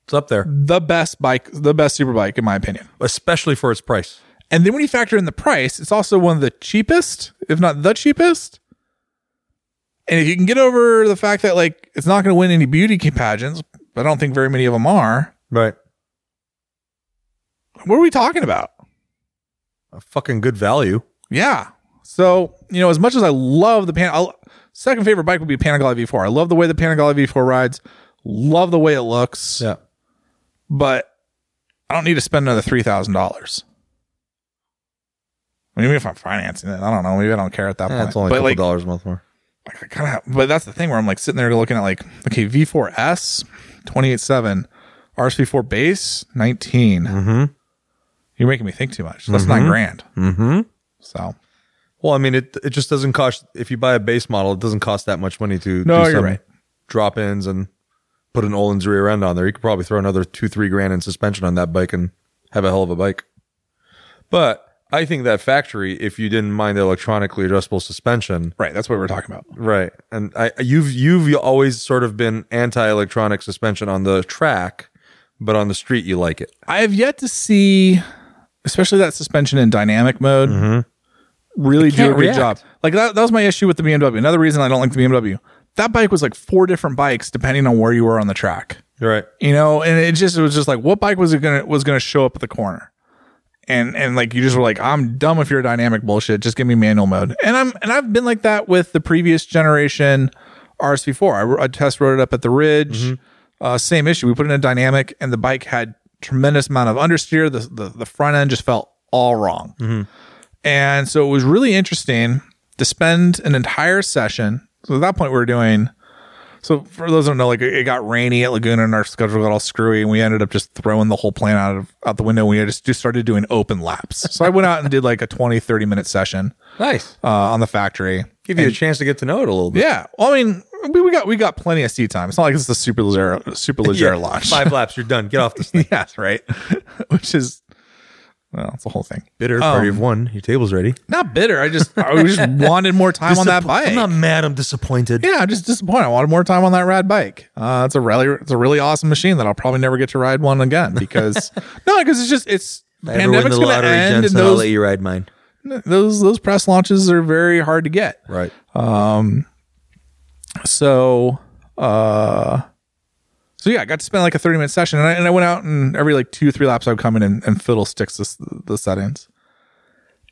B: It's up there,
A: the best bike, the best super bike in my opinion.
B: especially for its price.
A: And then when you factor in the price, it's also one of the cheapest, if not the cheapest. And if you can get over the fact that like it's not going to win any beauty pageants, but I don't think very many of them are.
B: Right.
A: What are we talking about?
B: A fucking good value.
A: Yeah. So you know, as much as I love the Pan, I'll, second favorite bike would be Panigale V4. I love the way the Panigale V4 rides. Love the way it looks.
B: Yeah.
A: but I don't need to spend another three thousand dollars. Maybe if I'm financing it, I don't know. Maybe I don't care at that
B: Yeah,
A: point.
B: it's only a
A: but
B: couple
A: like,
B: dollars a month more.
A: I kind of. But that's the thing where I'm like sitting there looking at like, okay, V4S, twenty eight seven, RSV4 base, 19
B: Mm-hmm.
A: You're making me think too much. That's nine grand.
B: Mm-hmm.
A: So
B: Well, I mean, it it just doesn't cost. If you buy a base model, it doesn't cost that much money to
A: No, you're right.
B: drop ins and put an Olin's rear end on there. You could probably throw another two, three grand in suspension on that bike and have a hell of a bike. But I think that factory, if you didn't mind the electronically adjustable suspension,
A: right, that's what we're talking about.
B: right? And I, you've you've always sort of been anti-electronic suspension on the track, but on the street you like it.
A: I have yet to see, especially that suspension in dynamic mode, really do a
B: can't
A: good
B: react.
A: job. Like that, that was my issue with the BMW. Another reason I don't like the BMW. That bike was like four different bikes depending on where you were on the track.
B: Right.
A: You know, and it just it was just like what bike was it gonna was gonna show up at the corner? And and like you just were like, I'm dumb if you're a dynamic bullshit, just give me manual mode. And I'm and I've been like that with the previous generation RSV4. I, I test rode it up at the ridge. Uh, same issue. We put in a dynamic and the bike had tremendous amount of understeer. The the, the front end just felt all wrong. And so it was really interesting to spend an entire session. So at that point, we were doing. So for those who don't know, like it got rainy at Laguna and our schedule got all screwy, and we ended up just throwing the whole plan out of out the window. We just just started doing open laps. So I went out and did like a 20, 30 minute session
B: Nice.
A: uh, on the factory.
B: Give you a chance to get to know it a little bit.
A: Yeah, well, I mean, we, we got we got plenty of seat time. It's not like it's the super legere super legere launch.
B: Five laps, you're done. Get off this thing.
A: yes, right. Which is well, it's the whole thing.
B: Bitter party
A: Um,
B: of one. Your table's ready.
A: Not bitter. I just I just wanted more time on that bike.
B: I'm not mad. I'm disappointed.
A: yeah, I'm just disappointed. I wanted more time on that rad bike. Uh, it's a really, it's a really awesome machine that I'll probably never get to ride one again because no, because it's just it's pandemic's gonna end, and those,
B: you ride mine.
A: those those press launches are very hard to get.
B: Right.
A: So, uh, so yeah, I got to spend like a 30 minute session, and I, and I went out and every like two or three laps I would come in and, and fiddle sticks this, the settings,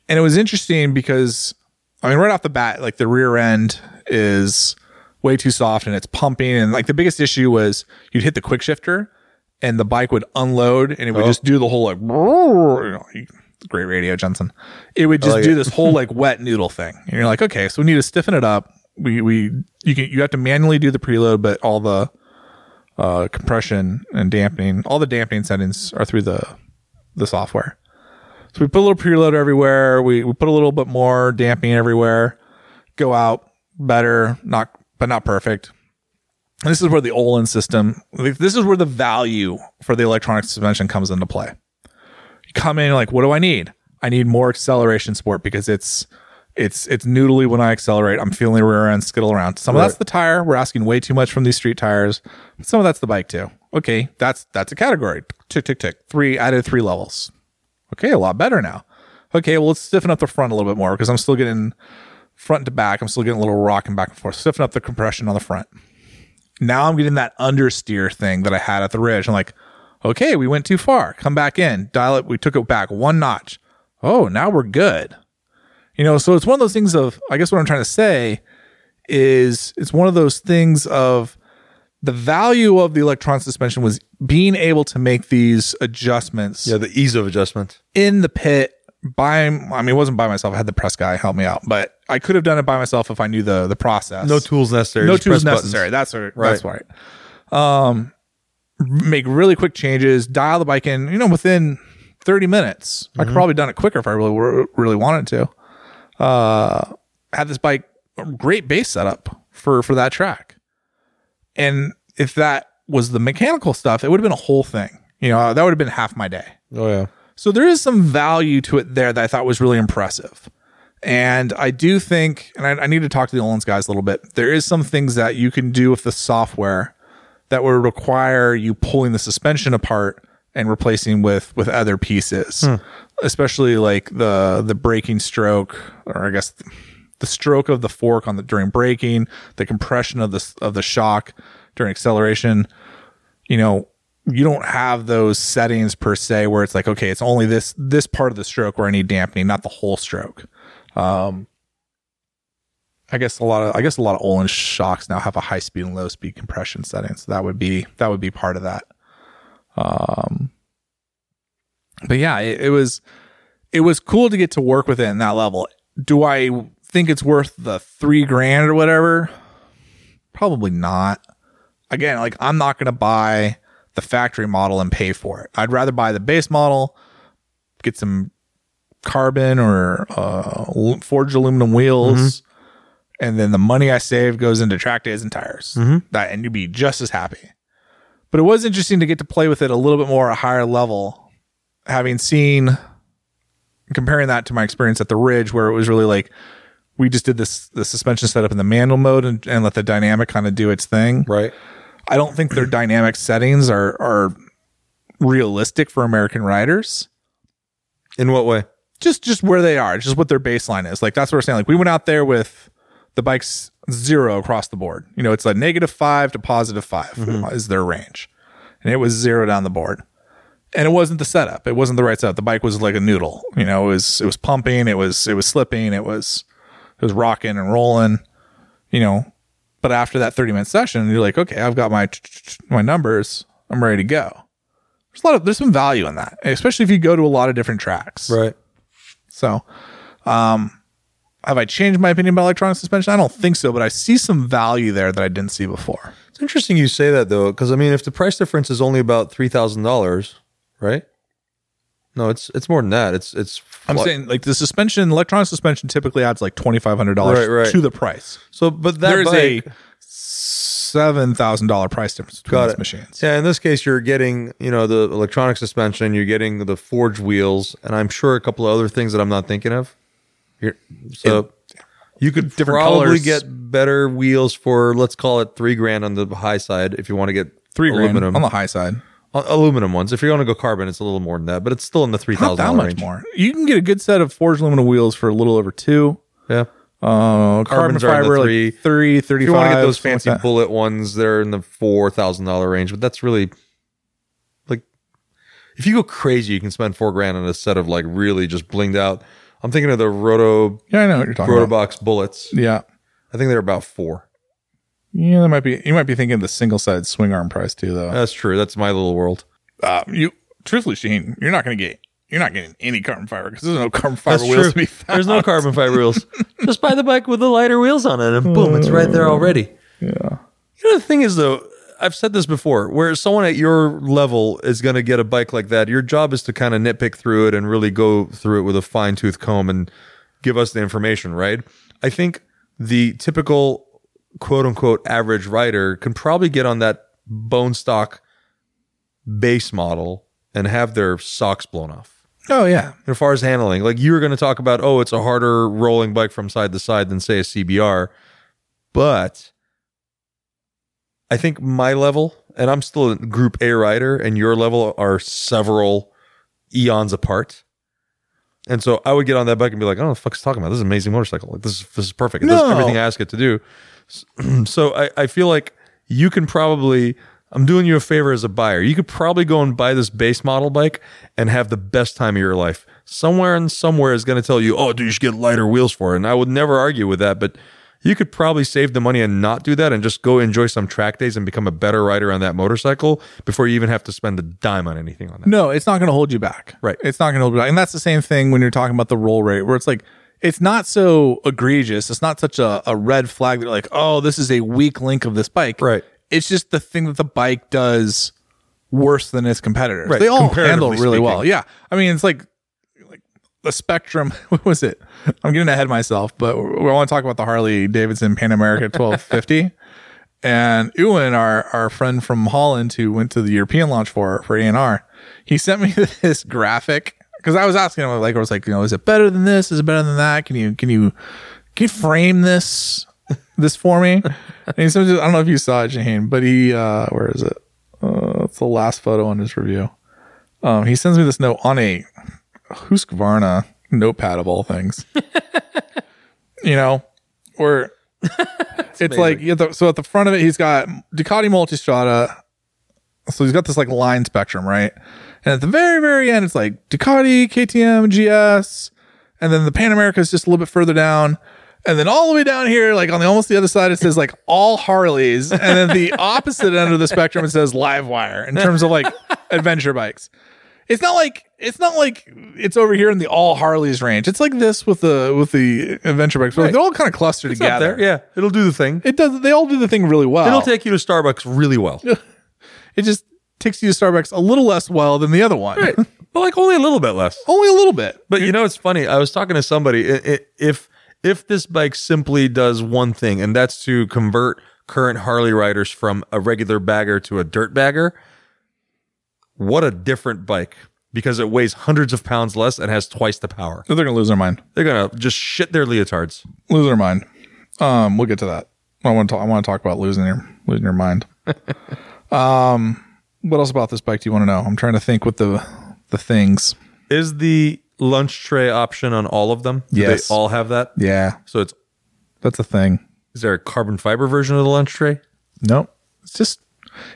A: and it was interesting because I mean right off the bat like the rear end is way too soft and it's pumping and like the biggest issue was you'd hit the quick shifter and the bike would unload and it would
B: Oh.
A: just do the whole like, brrrr, you know, you- great radio, Jensen. It would just
B: like
A: do
B: it.
A: this whole like wet noodle thing. And you're like, okay, so we need to stiffen it up. We, we, you can, you have to manually do the preload, but all the, uh, compression and dampening, all the dampening settings are through the, the software. So we put a little preload everywhere. We, we put a little bit more damping everywhere. Go out better, not but not perfect. And this is where the Olin system. like, This is where the value for the electronic suspension comes into play. You come in like, what do I need? I need more acceleration support because it's it's it's noodly when I accelerate. I'm feeling rear end skittle around. Some of that's
B: Right.
A: the tire. We're asking way too much from these street tires. But some of that's the bike too. Okay, that's that's a category. Tick tick tick. Three added three levels. Okay, a lot better now. Okay, well, let's stiffen up the front a little bit more because I'm still getting front to back. I'm still getting a little rocking back and forth. Stiffen up the compression on the front. Now I'm getting that understeer thing that I had at the ridge. I'm like, okay, we went too far. Come back in, dial it. We took it back one notch. Oh, now we're good. You know, so it's one of those things of, I guess what I'm trying to say is it's one of those things of the value of the electron suspension was being able to make these adjustments
B: Yeah, the ease of adjustment.
A: in the pit by I mean it wasn't by myself. I had the press guy help me out, but I could have done it by myself if I knew the the process.
B: No tools necessary.
A: no
B: just
A: tools
B: press
A: necessary. That's right.
B: Right.
A: That's right. Um, make really quick changes. Dial the bike in. You know, within thirty minutes, I could probably done it quicker if I really were- really wanted to. Uh, had this bike a great base setup for for that track, and if that was the mechanical stuff, it would have been a whole thing. You know, that would have been half my day.
B: Buttons. Oh yeah.
A: So there is some value to it there that I thought was really impressive. And I do think, and I, I need to talk to the Olens guys a little bit, there is some things that you can do with the software that would require you pulling the suspension apart and replacing with with other pieces. Especially like the the braking stroke, or I guess the stroke of the fork on the during braking, the compression of the s- of the shock during acceleration you know you don't have those settings per se where it's like okay it's only this this part of the stroke where i need dampening not the whole stroke um i guess a lot of i guess a lot of olin shocks now have a high speed and low speed compression setting so that would be that would be part of that um but yeah it, it was it was cool to get to work with it in that level do i think it's worth the three grand or whatever probably not again, like I'm not going to buy the factory model and pay for it. I'd rather buy the base model, get some carbon or uh, alu- forged aluminum wheels, and then the money I save goes into track days and tires. That and you'd be just as happy. But it was interesting to get to play with it a little bit more at a higher level, having seen comparing that to my experience at the Ridge, where it was really like we just did this the suspension setup in the manual mode and, and let the dynamic kind of do its thing.
B: Right.
A: I don't think their dynamic settings are are realistic for American riders.
B: In what way?
A: Just just where they are, just what their baseline is. Like that's what we're saying. Like we went out there with the bikes zero across the board. You know, it's like negative five to positive 5 is their range, and it was zero down the board. And it wasn't the setup. It wasn't the right setup. The bike was like a noodle. You know, it was it was pumping. It was it was slipping. It was it was rocking and rolling. You know, but after that 30 minute session you're like okay i've got my my numbers i'm ready to go there's a lot of there's some value in that especially if you go to a lot of different tracks
B: Right.
A: so um have i changed my opinion about electronic suspension i don't think so but i see some value there that i didn't see before
B: It's interesting you say that though, because I mean, if the price difference is only about three thousand dollars, right? No, it's it's more than that. It's it's.
A: i'm
B: what-
A: saying like the suspension electronic suspension typically adds like $2500
B: Right, right.
A: to the price
B: so, but that
A: there is a
B: bike,
A: $7000 price difference between
B: Got
A: these
B: it.
A: machines
B: yeah. In this case, you're getting you know the electronic suspension, you're getting the forged wheels, and I'm sure a couple of other things that I'm not thinking of. You're, so. you could
A: Different
B: probably
A: colors.
B: get better wheels for let's call it three grand on the high side if you want to get
A: three grand
B: aluminum
A: on the high side
B: Al- aluminum ones. If you're going to go carbon, it's a little more than that, but it's still in the three
A: not
B: thousand
A: that
B: dollars
A: much
B: range.
A: more. You can get a good set of forged aluminum wheels for a little over two.
B: Yeah.
A: Uh, carbon
B: Carbons are in the
A: fiber,
B: three.
A: like three, 35.
B: If you want to get those
A: something like
B: fancy
A: that.
B: bullet ones, they're in the four thousand dollar range. But that's really like if you go crazy, you can spend four grand on a set of like really just blinged out. I'm thinking of the Roto
A: yeah, I know what you're talking about.
B: Rotobox bullets.
A: Yeah.
B: I think they're about four.
A: Yeah, that might be, you might be thinking of the single side swing arm price too, though.
B: That's true. That's my little world.
A: uh, you truthfully, Sheen, you're not going to get you're not getting any carbon fiber because there's no carbon fiber
B: That's
A: wheels
B: true.
A: to be found.
B: There's no carbon fiber wheels. Just buy the bike with the lighter wheels on it, and boom, it's right there already.
A: Oh. Yeah.
B: You know, the thing is, though, I've said this before, where someone at your level is going to get a bike like that, your job is to kind of nitpick through it and really go through it with a fine tooth comb and give us the information, right? I think the typical quote unquote average rider can probably get on that bone stock base model and have their socks blown off
A: Oh yeah.
B: as far as handling, like you were going to talk about, oh, it's a harder rolling bike from side to side than say a CBR, but I think my level, and I'm still a Group A rider, and your level are several eons apart. And so I would get on that bike and be like, "Oh, the fuck's talking about? This is an amazing motorcycle. Like this is this is perfect. It does
A: No.
B: everything I ask it to do." So I, I feel like you can probably I'm doing you a favor as a buyer. You could probably go and buy this base model bike and have the best time of your life. Somewhere and somewhere is going to tell you, "Oh, dude, you should get lighter wheels for it." And I would never argue with that, but you could probably save the money and not do that and just go enjoy some track days and become a better rider on that motorcycle before you even have to spend a dime on anything on that.
A: No, it's not going to hold you back.
B: Right.
A: It's not going to hold you back. And that's the same thing when you're talking about the roll rate, where it's like, it's not so egregious. It's not such a, a red flag that you're like, oh, this is a weak link of this bike.
B: Right.
A: It's just the thing that the bike does worse than its competitors.
B: Right,
A: They all
B: comparatively
A: handle really
B: speaking.
A: well. Yeah. I mean, it's like, like the spectrum. What was it? I'm getting ahead of myself, but we want to talk about the Harley Davidson Pan America 1250. and Ewan, our our friend from Holland who went to the European launch for for ANR, he sent me this graphic because I was asking him like I was like you know is it better than this is it better than that can you can you can you frame this this for me and he sent me, I don't know if you saw it Shaheen but he uh, where is it uh, it's the last photo on his review um, he sends me this note on a Husqvarna notepad of all things you know or it's like yeah, the, so at the front of it he's got Ducati Multistrada. So he's got this like line spectrum, right? And at the very very end it's like Ducati, KTM, GS, and then the Pan America is just a little bit further down. And then all the way down here, like on the almost the other side, it says like all Harleys, and then the opposite end of the spectrum it says Livewire in terms of like adventure bikes. It's not like it's not like it's over here in the all Harleys range. It's like this with the with the adventure bikes. But, like,
B: Right.
A: they're all kind of clustered
B: It's up
A: together.
B: there. Yeah, it'll do the thing.
A: It does. They all do the thing really well.
B: It'll take you to Starbucks really well.
A: it just takes you to Starbucks a little less well than the other one.
B: but like only a little bit less.
A: Only a little bit.
B: But you know, it's funny. I was talking to somebody. i- i- If if this bike simply does one thing, and that's to convert current Harley riders from a regular bagger to a dirt bagger, what a different bike! Because it weighs hundreds of pounds less and has twice the power.
A: They're gonna lose their mind.
B: They're gonna just shit their leotards.
A: Lose their mind. Um, we'll get to that. I want to. Talk, I want to talk about losing your losing your mind. um, what else about this bike do you want to know? I'm trying to think with the the things.
B: Is the lunch tray option on all of them? Do
A: Yes.
B: they all have that.
A: Yeah,
B: So it's
A: that's a thing.
B: is there a carbon fiber version of the lunch tray?
A: Nope. It's just.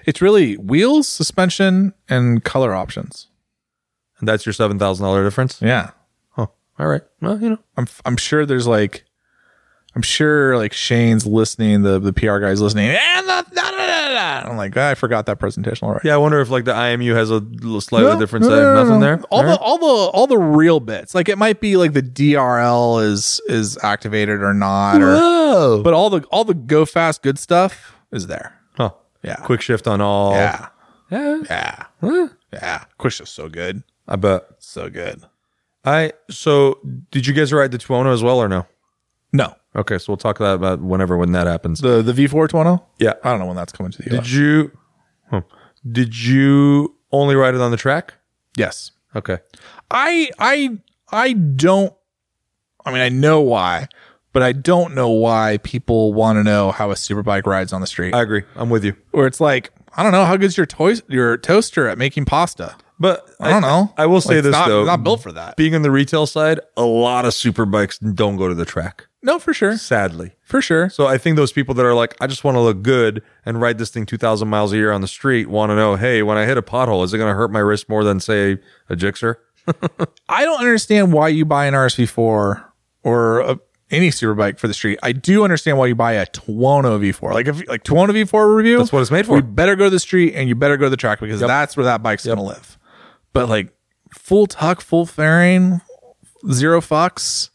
A: It's really wheels, suspension, and color options.
B: And that's your seven thousand dollar difference.
A: Yeah.
B: Huh. All right. Well, you know.
A: I'm I'm sure there's like I'm sure like Shane's listening, the the PR guy's listening, and the, da, da, da, da. I'm like, "Ah, I forgot that presentation already.
B: Yeah, I wonder if like the IMU has a l- slightly
A: No,
B: different
A: no,
B: set
A: no,
B: of
A: no,
B: nothing
A: no.
B: there.
A: All
B: All
A: the
B: right.
A: all the all the real bits. Like it might be like the DRL is is activated or not, or,
B: Whoa.
A: but all the all the go fast good stuff is there.
B: Huh.
A: Yeah.
B: Quick shift on all.
A: Yeah.
B: Yeah.
A: Yeah. Yeah. Quish is so good.
B: I bet.
A: So good.
B: I so did you guys ride the Tuono as well or no?
A: No.
B: Okay, so we'll talk that about whenever when that happens.
A: The the V4 Tuono?
B: Yeah.
A: I don't know when that's coming to the US.
B: Did you huh. did you only ride it on the track?
A: Yes.
B: Okay.
A: I I I don't I mean I know why, but I don't know why people want to know how a superbike rides on the street.
B: I agree. I'm with you.
A: or it's like, I don't know, how good's your toy your toaster at making pasta?
B: But
A: I don't know.
B: I will say
A: Like, it's
B: this
A: not,
B: though.
A: not built for that.
B: being on the retail side, a lot of super bikes don't go to the track.
A: No, for sure.
B: Sadly.
A: For sure.
B: So I think those people that are like, I just want to look good and ride this thing 2,000 miles a year on the street want to know, hey, when I hit a pothole, is it going to hurt my wrist more than, say, a Gixxer?
A: I don't understand why you buy an RSV4 or a any super bike for the street. I do understand why you buy a Tuono V4. Like if like Tuono V4 review,
B: That's what it's made for.
A: We better go to the street and you better go to the track because that's where that bike's gonna live. But like full tuck, full fairing, zero fucks.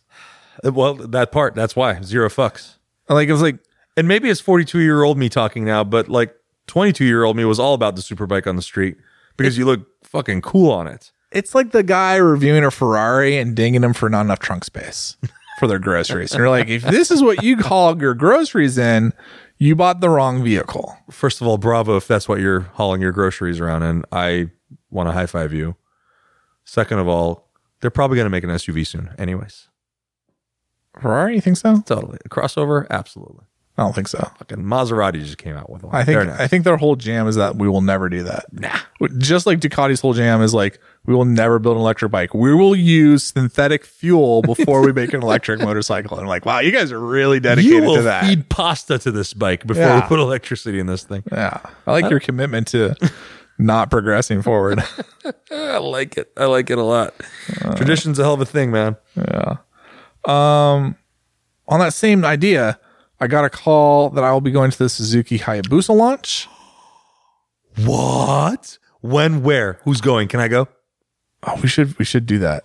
B: Well, that part. That's why zero fucks.
A: Like it was like
B: And maybe it's 42 year old me talking now, but like 22 year old me was all about the superbike on the street because you look fucking cool on it.
A: it's like the guy reviewing a Ferrari and dinging him for not enough trunk space for their groceries. and you're like, if this is what you haul your groceries in, you bought the wrong vehicle.
B: First of all, bravo if that's what you're hauling your groceries around in. I want to high five you. Second of all, they're probably going to make an SUV soon, anyways.
A: Ferrari, you think so?
B: Totally. A crossover? Absolutely.
A: I don't think so.
B: Fucking Maserati just came out with one.
A: I think I think their whole jam is that we will never do that. Nah. Just like Ducati's whole jam is like we will never build an electric bike. We will use synthetic fuel before we make an electric motorcycle. And I'm like, wow, you guys are really
B: you
A: dedicated
B: will
A: to that.
B: feed pasta to this bike before
A: Yeah.
B: we put electricity in this thing.
A: yeah. I like your commitment to not progressing forward.
B: Ah, I like it. I like it a lot. Uh, Tradition's a hell of a thing, man.
A: on that same idea, I got a call that I will be going to the Suzuki Hayabusa launch.
B: What? When? Where? Who's going? Can I go?
A: Oh, we should we should do that.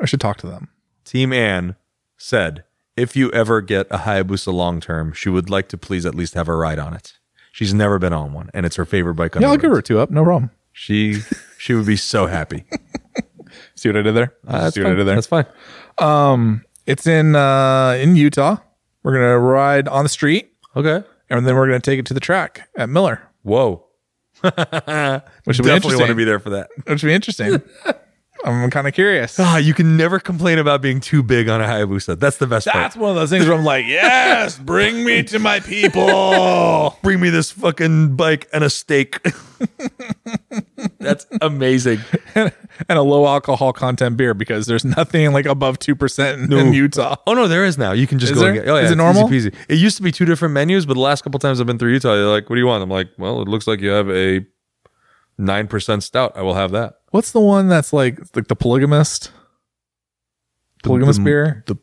A: I should talk to them.
B: Team Ann said, if you ever get a Hayabusa long term, she would like to please at least have a ride on it. She's never been on one, and it's her favorite bike on
A: Yeah,
B: the
A: I'll give
B: road.
A: her a two up. No problem.
B: She she would be so happy.
A: See what I did there?
B: Uh, that's,
A: See what I
B: fine.
A: did there?
B: that's fine.
A: It's in uh, in Utah. We're gonna ride on the street,
B: Okay.
A: and then we're gonna take it to the track at Miller,
B: Whoa.
A: which will be
B: Definitely want to
A: interesting.
B: be there for that.
A: which will be interesting. I'm kind of curious.
B: Ah, you can never complain about being too big on a Hayabusa. That's the best part.
A: That's one of those things where I'm like, yes, bring me to my people.
B: Bring me this fucking bike and a steak. That's amazing.
A: and a low alcohol content beer because there's nothing like above two percent in, in Utah.
B: Oh no, there is now. You can just
A: Is
B: go.
A: there?
B: And get, oh yeah,
A: Is it
B: it's
A: normal?
B: Easy peasy. It used to be two different menus, but the last couple times I've been through Utah, they're like, "What do you want?" I'm like, "Well, it looks like you have a nine percent stout. I will have that."
A: What's the one that's like it's like the polygamist? Polygamous
B: the-
A: beer?
B: the-
A: I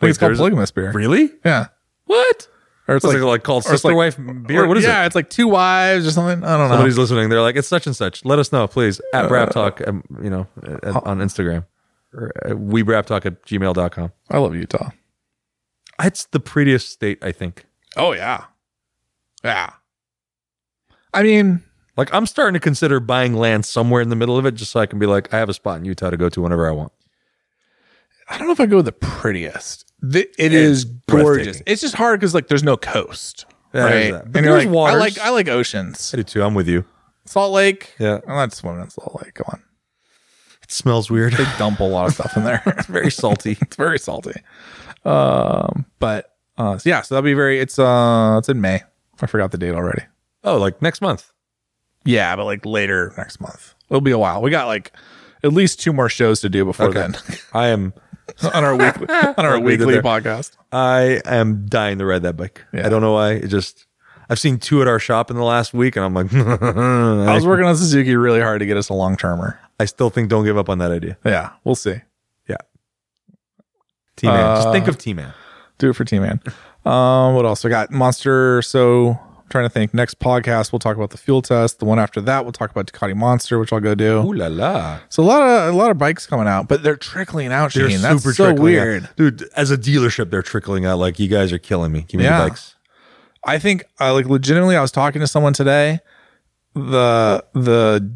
A: think it's called
B: there's a-
A: polygamous beer.
B: Really?
A: Yeah.
B: What?
A: Or it's
B: It's like,
A: like,
B: like called
A: or it's
B: sister
A: like-
B: wife beer.
A: or-
B: What is
A: yeah,
B: it?
A: it's like two wives or something. I don't know.
B: Somebody's listening. They're like, "It's such and such." Let us know, please, at Brap Talk. Um, you know, at- on Instagram or uh, we Brap Talk at gmail.com.
A: I love Utah.
B: It's the prettiest state, I think.
A: Oh yeah. Yeah. I mean,
B: Like, I'm starting to consider buying land somewhere in the middle of it, just so I can be like, I have a spot in Utah to go to whenever I want.
A: I don't know if I go with the prettiest. The, it is gorgeous.
B: breathtaking.
A: It's just hard because like there's no coast.
B: Yeah, there's
A: right.
B: that.
A: And
B: But
A: you're
B: there's
A: like, I
B: waters.
A: like I like oceans.
B: I do too. I'm with you.
A: Salt Lake.
B: Yeah.
A: I'm not swimming in Salt Lake. Come on.
B: It smells weird.
A: They dump a lot of stuff in there.
B: Very salty.
A: it's very salty. Um, but uh, so yeah, so that'll be very. It's uh, it's in May. I forgot the date already.
B: Oh, like next month.
A: Yeah, but like later next month. It'll be a while. We got like at least two more shows to do before
B: Okay.
A: then
B: I am
A: on our weekly on our
B: Like we did
A: weekly
B: there.
A: podcast.
B: I am dying to ride that bike.
A: Yeah.
B: I don't know why. It just I've seen two at our shop in the last week and I'm like I,
A: I was working on Suzuki really hard to get us a long termer.
B: I still think don't give up on that idea.
A: Yeah, we'll see.
B: T Man. just
A: Uh,
B: think of T Man.
A: Do it for T Man. Um, what else? We got Monster. So I'm trying to think. Next podcast, we'll talk about the fuel test. The one after that, we'll talk about Ducati Monster, which I'll go do.
B: Ooh la la.
A: So a lot of a lot of bikes coming out, but they're trickling out.
B: They're
A: Shane. That's
B: super
A: so
B: trickling
A: weird.
B: Out. Dude, as a dealership, they're trickling out like you guys are killing me. Give me
A: Yeah.
B: the bikes.
A: I think uh, like legitimately, I was talking to someone today. The the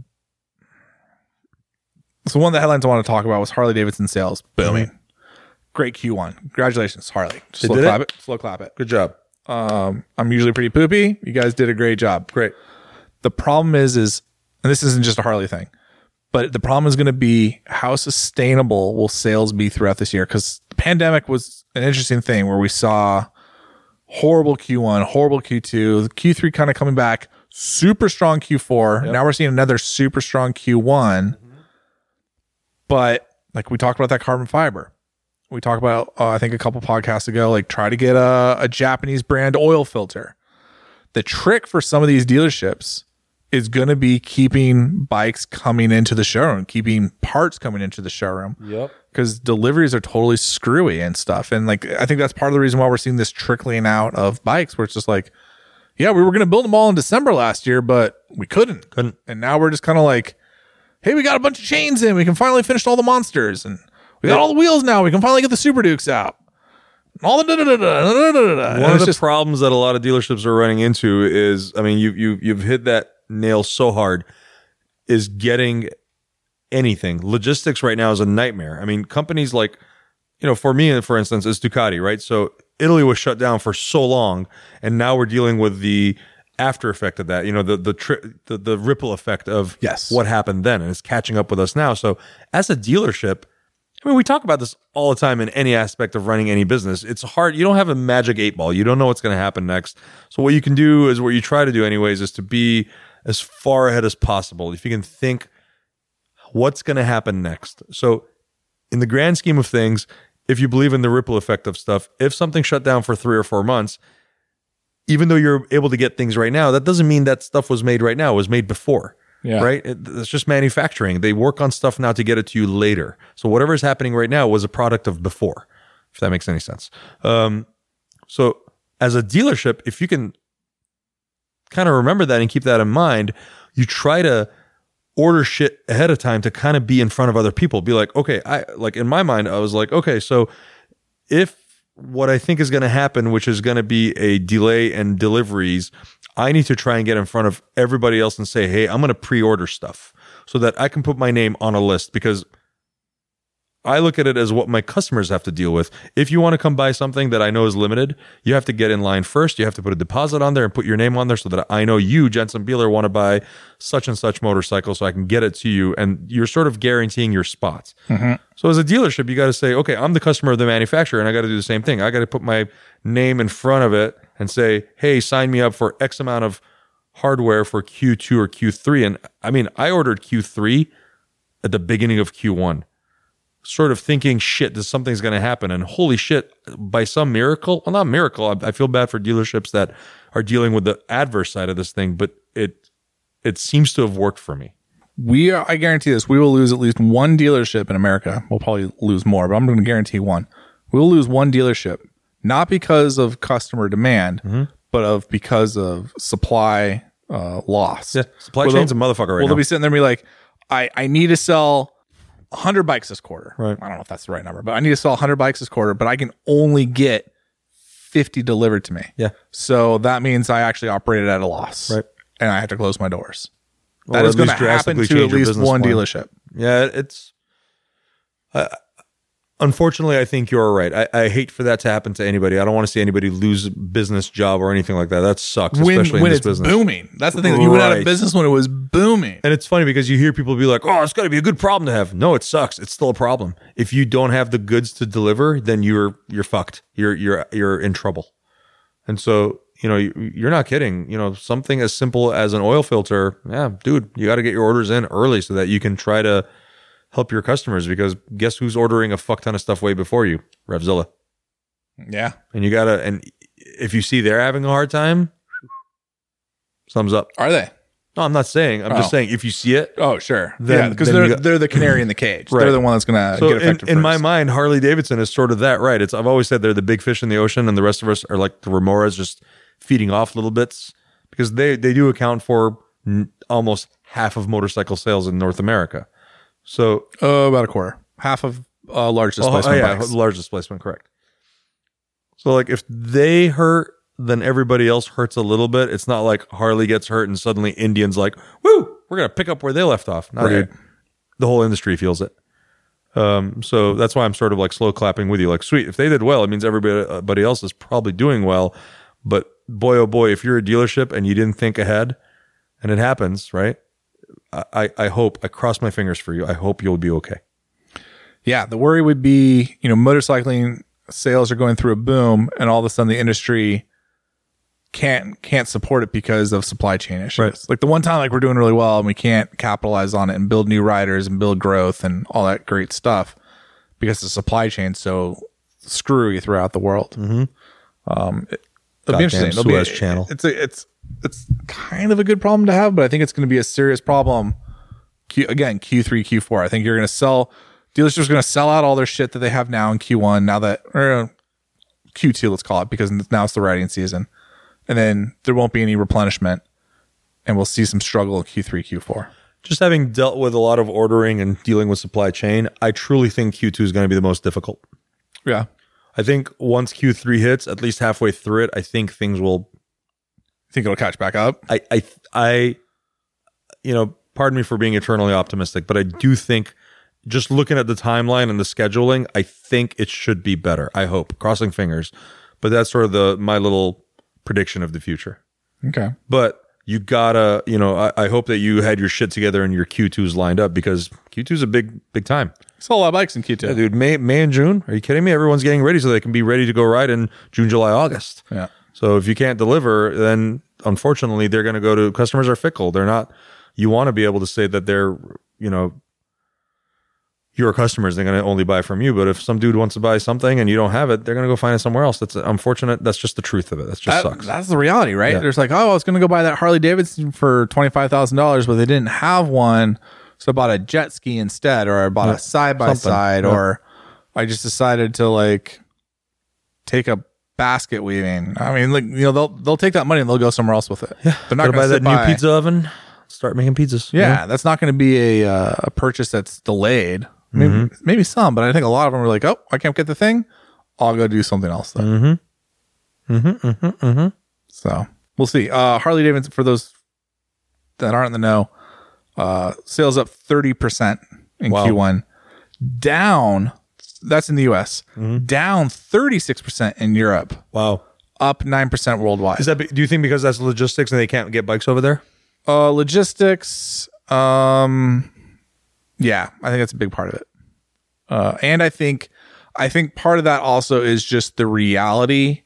A: so one of the headlines I want to talk about was Harley Davidson sales booming. Great Q1. Congratulations, Harley.
B: They
A: Slow
B: did
A: clap
B: it?
A: it. Slow clap it.
B: Good job.
A: Um, I'm usually pretty poopy. You guys did a great job.
B: Great.
A: The problem is, is and this isn't just a Harley thing, but the problem is going to be how sustainable will sales be throughout this year? Because the pandemic was an interesting thing where we saw horrible Q1, horrible Q2, the Q3 kind of coming back, super strong Q4. Now we're seeing another super strong Q1. But like we talked about that carbon fiber. We talked about, uh, I think a couple podcasts ago, like try to get a, a Japanese brand oil filter. The trick for some of these dealerships is going to be keeping bikes coming into the showroom, keeping parts coming into the showroom.
B: Yep.
A: Because deliveries are totally screwy and stuff. And like, I think that's part of the reason why we're seeing this trickling out of bikes where it's just like, yeah, we were going to build them all in December last year, but we couldn't.
B: Couldn't.
A: And now we're just kind of like, hey, we got a bunch of chains in. We can finally finish all the monsters. And we got all the wheels now. We can finally get the Super Dukes out. And all the da da da da da da
B: One
A: da.
B: of the problems that a lot of dealerships are running into is, I mean, you you you've hit that nail so hard, is getting anything. Logistics right now is a nightmare. I mean, companies like, you know, for me, for instance, is Ducati, right? So Italy was shut down for so long, and now we're dealing with the after effect of that. You know, the the tri- the, the ripple effect of
A: Yes.
B: what happened then, and it's catching up with us now. So as a dealership. I mean, we talk about this all the time in any aspect of running any business. It's hard. You don't have a magic eight ball. You don't know what's going to happen next. So what you can do is what you try to do anyways is to be as far ahead as possible. If you can think what's going to happen next. So in the grand scheme of things, if you believe in the ripple effect of stuff, if something shut down for 3 or 4 months, even though you're able to get things right now, that doesn't mean that stuff was made right now. It was made before
A: Yeah.
B: right? It- It's just manufacturing. They work on stuff now to get it to you later. So whatever is happening right now was a product of before, if that makes any sense. Um, so as a dealership, if you can kind of remember that and keep that in mind, you try to order shit ahead of time to kind of be in front of other people. Be like, okay, I like in my mind, I was like, okay, so if what I think is going to happen, which is going to be a delay in deliveries, I need to try and get in front of everybody else and say, hey, I'm going to pre order stuff so that I can put my name on a list because I look at it as what my customers have to deal with. If you want to come buy something that I know is limited, you have to get in line first. You have to put a deposit on there and put your name on there so that I know you, Jensen Beeler, want to buy such and such motorcycle so I can get it to you. And you're sort of guaranteeing your spots. So as a dealership, you got to say, okay, I'm the customer of the manufacturer and I got to do the same thing. I got to put my name in front of it and say, hey, sign me up for X amount of hardware for Q2 or Q3. And I mean, I ordered Q3 at the beginning of Q1 sort of thinking, shit, this something's going to happen. And holy shit, by some miracle, well, not miracle, I, I feel bad for dealerships that are dealing with the adverse side of this thing, but it it seems to have worked for me.
A: We are, I guarantee this, we will lose at least one dealership in America. We'll probably lose more, but I'm going to guarantee one. We'll lose one dealership, not because of customer demand,
B: Mm-hmm.
A: but of because of supply uh, loss.
B: Supply
A: Well,
B: chain's a
A: they'll-
B: motherfucker right
A: well,
B: now.
A: they'll be sitting there and be like, I, I need to sell 100 bikes this quarter.
B: Right.
A: I don't know if that's the right number, but I need to sell 100 bikes this quarter, but I can only get 50 delivered to me.
B: yeah.
A: So that means I actually operated at a loss.
B: Right.
A: And I have to close my doors.
B: Or
A: That
B: at
A: is going to
B: least
A: happen
B: drastically
A: to at
B: change your
A: least
B: business
A: one
B: plan.
A: dealership.
B: Yeah, it- it's. I unfortunately, I think you're right. I, I hate for that to happen to anybody. I don't want to see anybody lose business, job, or anything like that. That sucks,
A: When,
B: especially
A: when
B: in this
A: it's
B: business.
A: booming. That's the thing. that You went out of
B: Right.
A: business when it was booming.
B: And it's funny because you hear people be like, "Oh, it's got to be a good problem to have." No, it sucks. It's still a problem. If you don't have the goods to deliver, then you're you're fucked. You're you're you're in trouble. And so, you know, you- you're not kidding. You know, something as simple as an oil filter, yeah, dude, you got to get your orders in early so that you can try to help your customers because guess who's ordering a fuck ton of stuff way before you? Revzilla.
A: Yeah.
B: And you got to and if you see they're having a hard time, thumbs up.
A: Are they?
B: No, I'm not saying. I'm
A: Oh.
B: just saying if you see it,
A: Oh, sure.
B: Then-
A: yeah. Because
B: then
A: they're,
B: you got-
A: they're the canary in the cage.
B: Right.
A: They're the one that's going to
B: So
A: uh, get
B: in,
A: affected
B: in my
A: first.
B: mind, Harley Davidson is sort of that, right? It's I've always said they're the big fish in the ocean, and the rest of us are like the remoras, just feeding off little bits because they they do account for n- almost half of motorcycle sales in North America. So
A: Oh, about a quarter. Half of uh, large
B: oh,
A: displacement
B: yeah,
A: bikes.
B: large displacement, correct. So like if they hurt, then everybody else hurts a little bit. It's not like Harley gets hurt and suddenly Indians like, woo, we're gonna pick up where they left off. No,
A: Right.
B: dude. The whole industry feels it. Um, so that's why I'm sort of like slow clapping with you. Like, sweet, if they did well, it means everybody everybody else is probably doing well. But boy, oh boy, if you're a dealership and you didn't think ahead, and it happens, right? I, I, I hope I cross my fingers for you. I hope you'll be okay.
A: Yeah, the worry would be, you know, motorcycling sales are going through a boom and all of a sudden the industry can't can't support it because of supply chain issues.
B: Right.
A: Like the one time like we're doing really well and we can't capitalize on it and build new riders and build growth and all that great stuff because the supply chain's so screwy throughout the world. Um it, It'll be
B: Mm-hmm. Goddamn
A: interesting. It'll be-
B: Suez Channel.
A: It's a, it's it's kind of a good problem to have, but I think it's going to be a serious problem. Q, again, Q3, Q4. I think you're going to sell dealerships are going to sell out all their shit that they have now in Q1. Now that or Q2, let's call it, because now it's the riding season, and then there won't be any replenishment, and we'll see some struggle in Q3, Q4.
B: Just having dealt with a lot of ordering and dealing with supply chain, I truly think Q2 is going to be the most difficult.
A: Yeah,
B: I think once Q3 hits, at least halfway through it, I think things will.
A: think it'll catch back up.
B: I, I, I, you know, pardon me for being eternally optimistic, but I do think, just looking at the timeline and the scheduling, I think it should be better. I hope, crossing fingers, but that's sort of the my little prediction of the future.
A: Okay.
B: But you gotta, you know, I, I hope that you had your shit together and your Q2s lined up because Q2 is a big, big time.
A: Sell a lot of bikes in Q2.
B: Yeah, dude, May, May and June. Are you kidding me? Everyone's getting ready so they can be ready to go ride in June, July, August.
A: Yeah.
B: So if you can't deliver, then unfortunately they're going to go to customers are fickle. They're not. You want to be able to say that they're, you know, your customers. They're going to only buy from you. But if some dude wants to buy something and you don't have it, they're going to go find it somewhere else. That's unfortunate. That's just the truth of it. That just
A: That-
B: sucks.
A: That's the reality, right?
B: Yeah.
A: There's like, oh, I was going to go buy that Harley Davidson for twenty five thousand dollars, but they didn't have one, so I bought a jet ski instead, or I bought a side by side,
B: Yeah.
A: or I just decided to like take a basket weaving. I mean, like you know, they'll they'll take that money and they'll go somewhere else with it. Yeah, they're not
B: Gotta
A: going
B: buy
A: to
B: that
A: buy
B: new pizza oven. Start making pizzas. you
A: Yeah,
B: know?
A: that's not going to be a uh, a purchase that's delayed. Maybe, maybe some, but I think a lot of them are like, oh, I can't get the thing. I'll go do something else then. Mm-hmm. Mm-hmm. Mm-hmm.
B: Mm-hmm,
A: So we'll see. Uh, Harley Davidson for those that aren't in the know, uh, sales up thirty percent in
B: Wow.
A: Q1. Down. That's in the U.S. Down thirty six percent in Europe.
B: Wow.
A: Up nine percent worldwide.
B: Is that? be- Do you think because that's logistics and they can't get bikes over there?
A: Uh, logistics. Um, yeah, I think that's a big part of it. Uh, and I think, I think part of that also is just the reality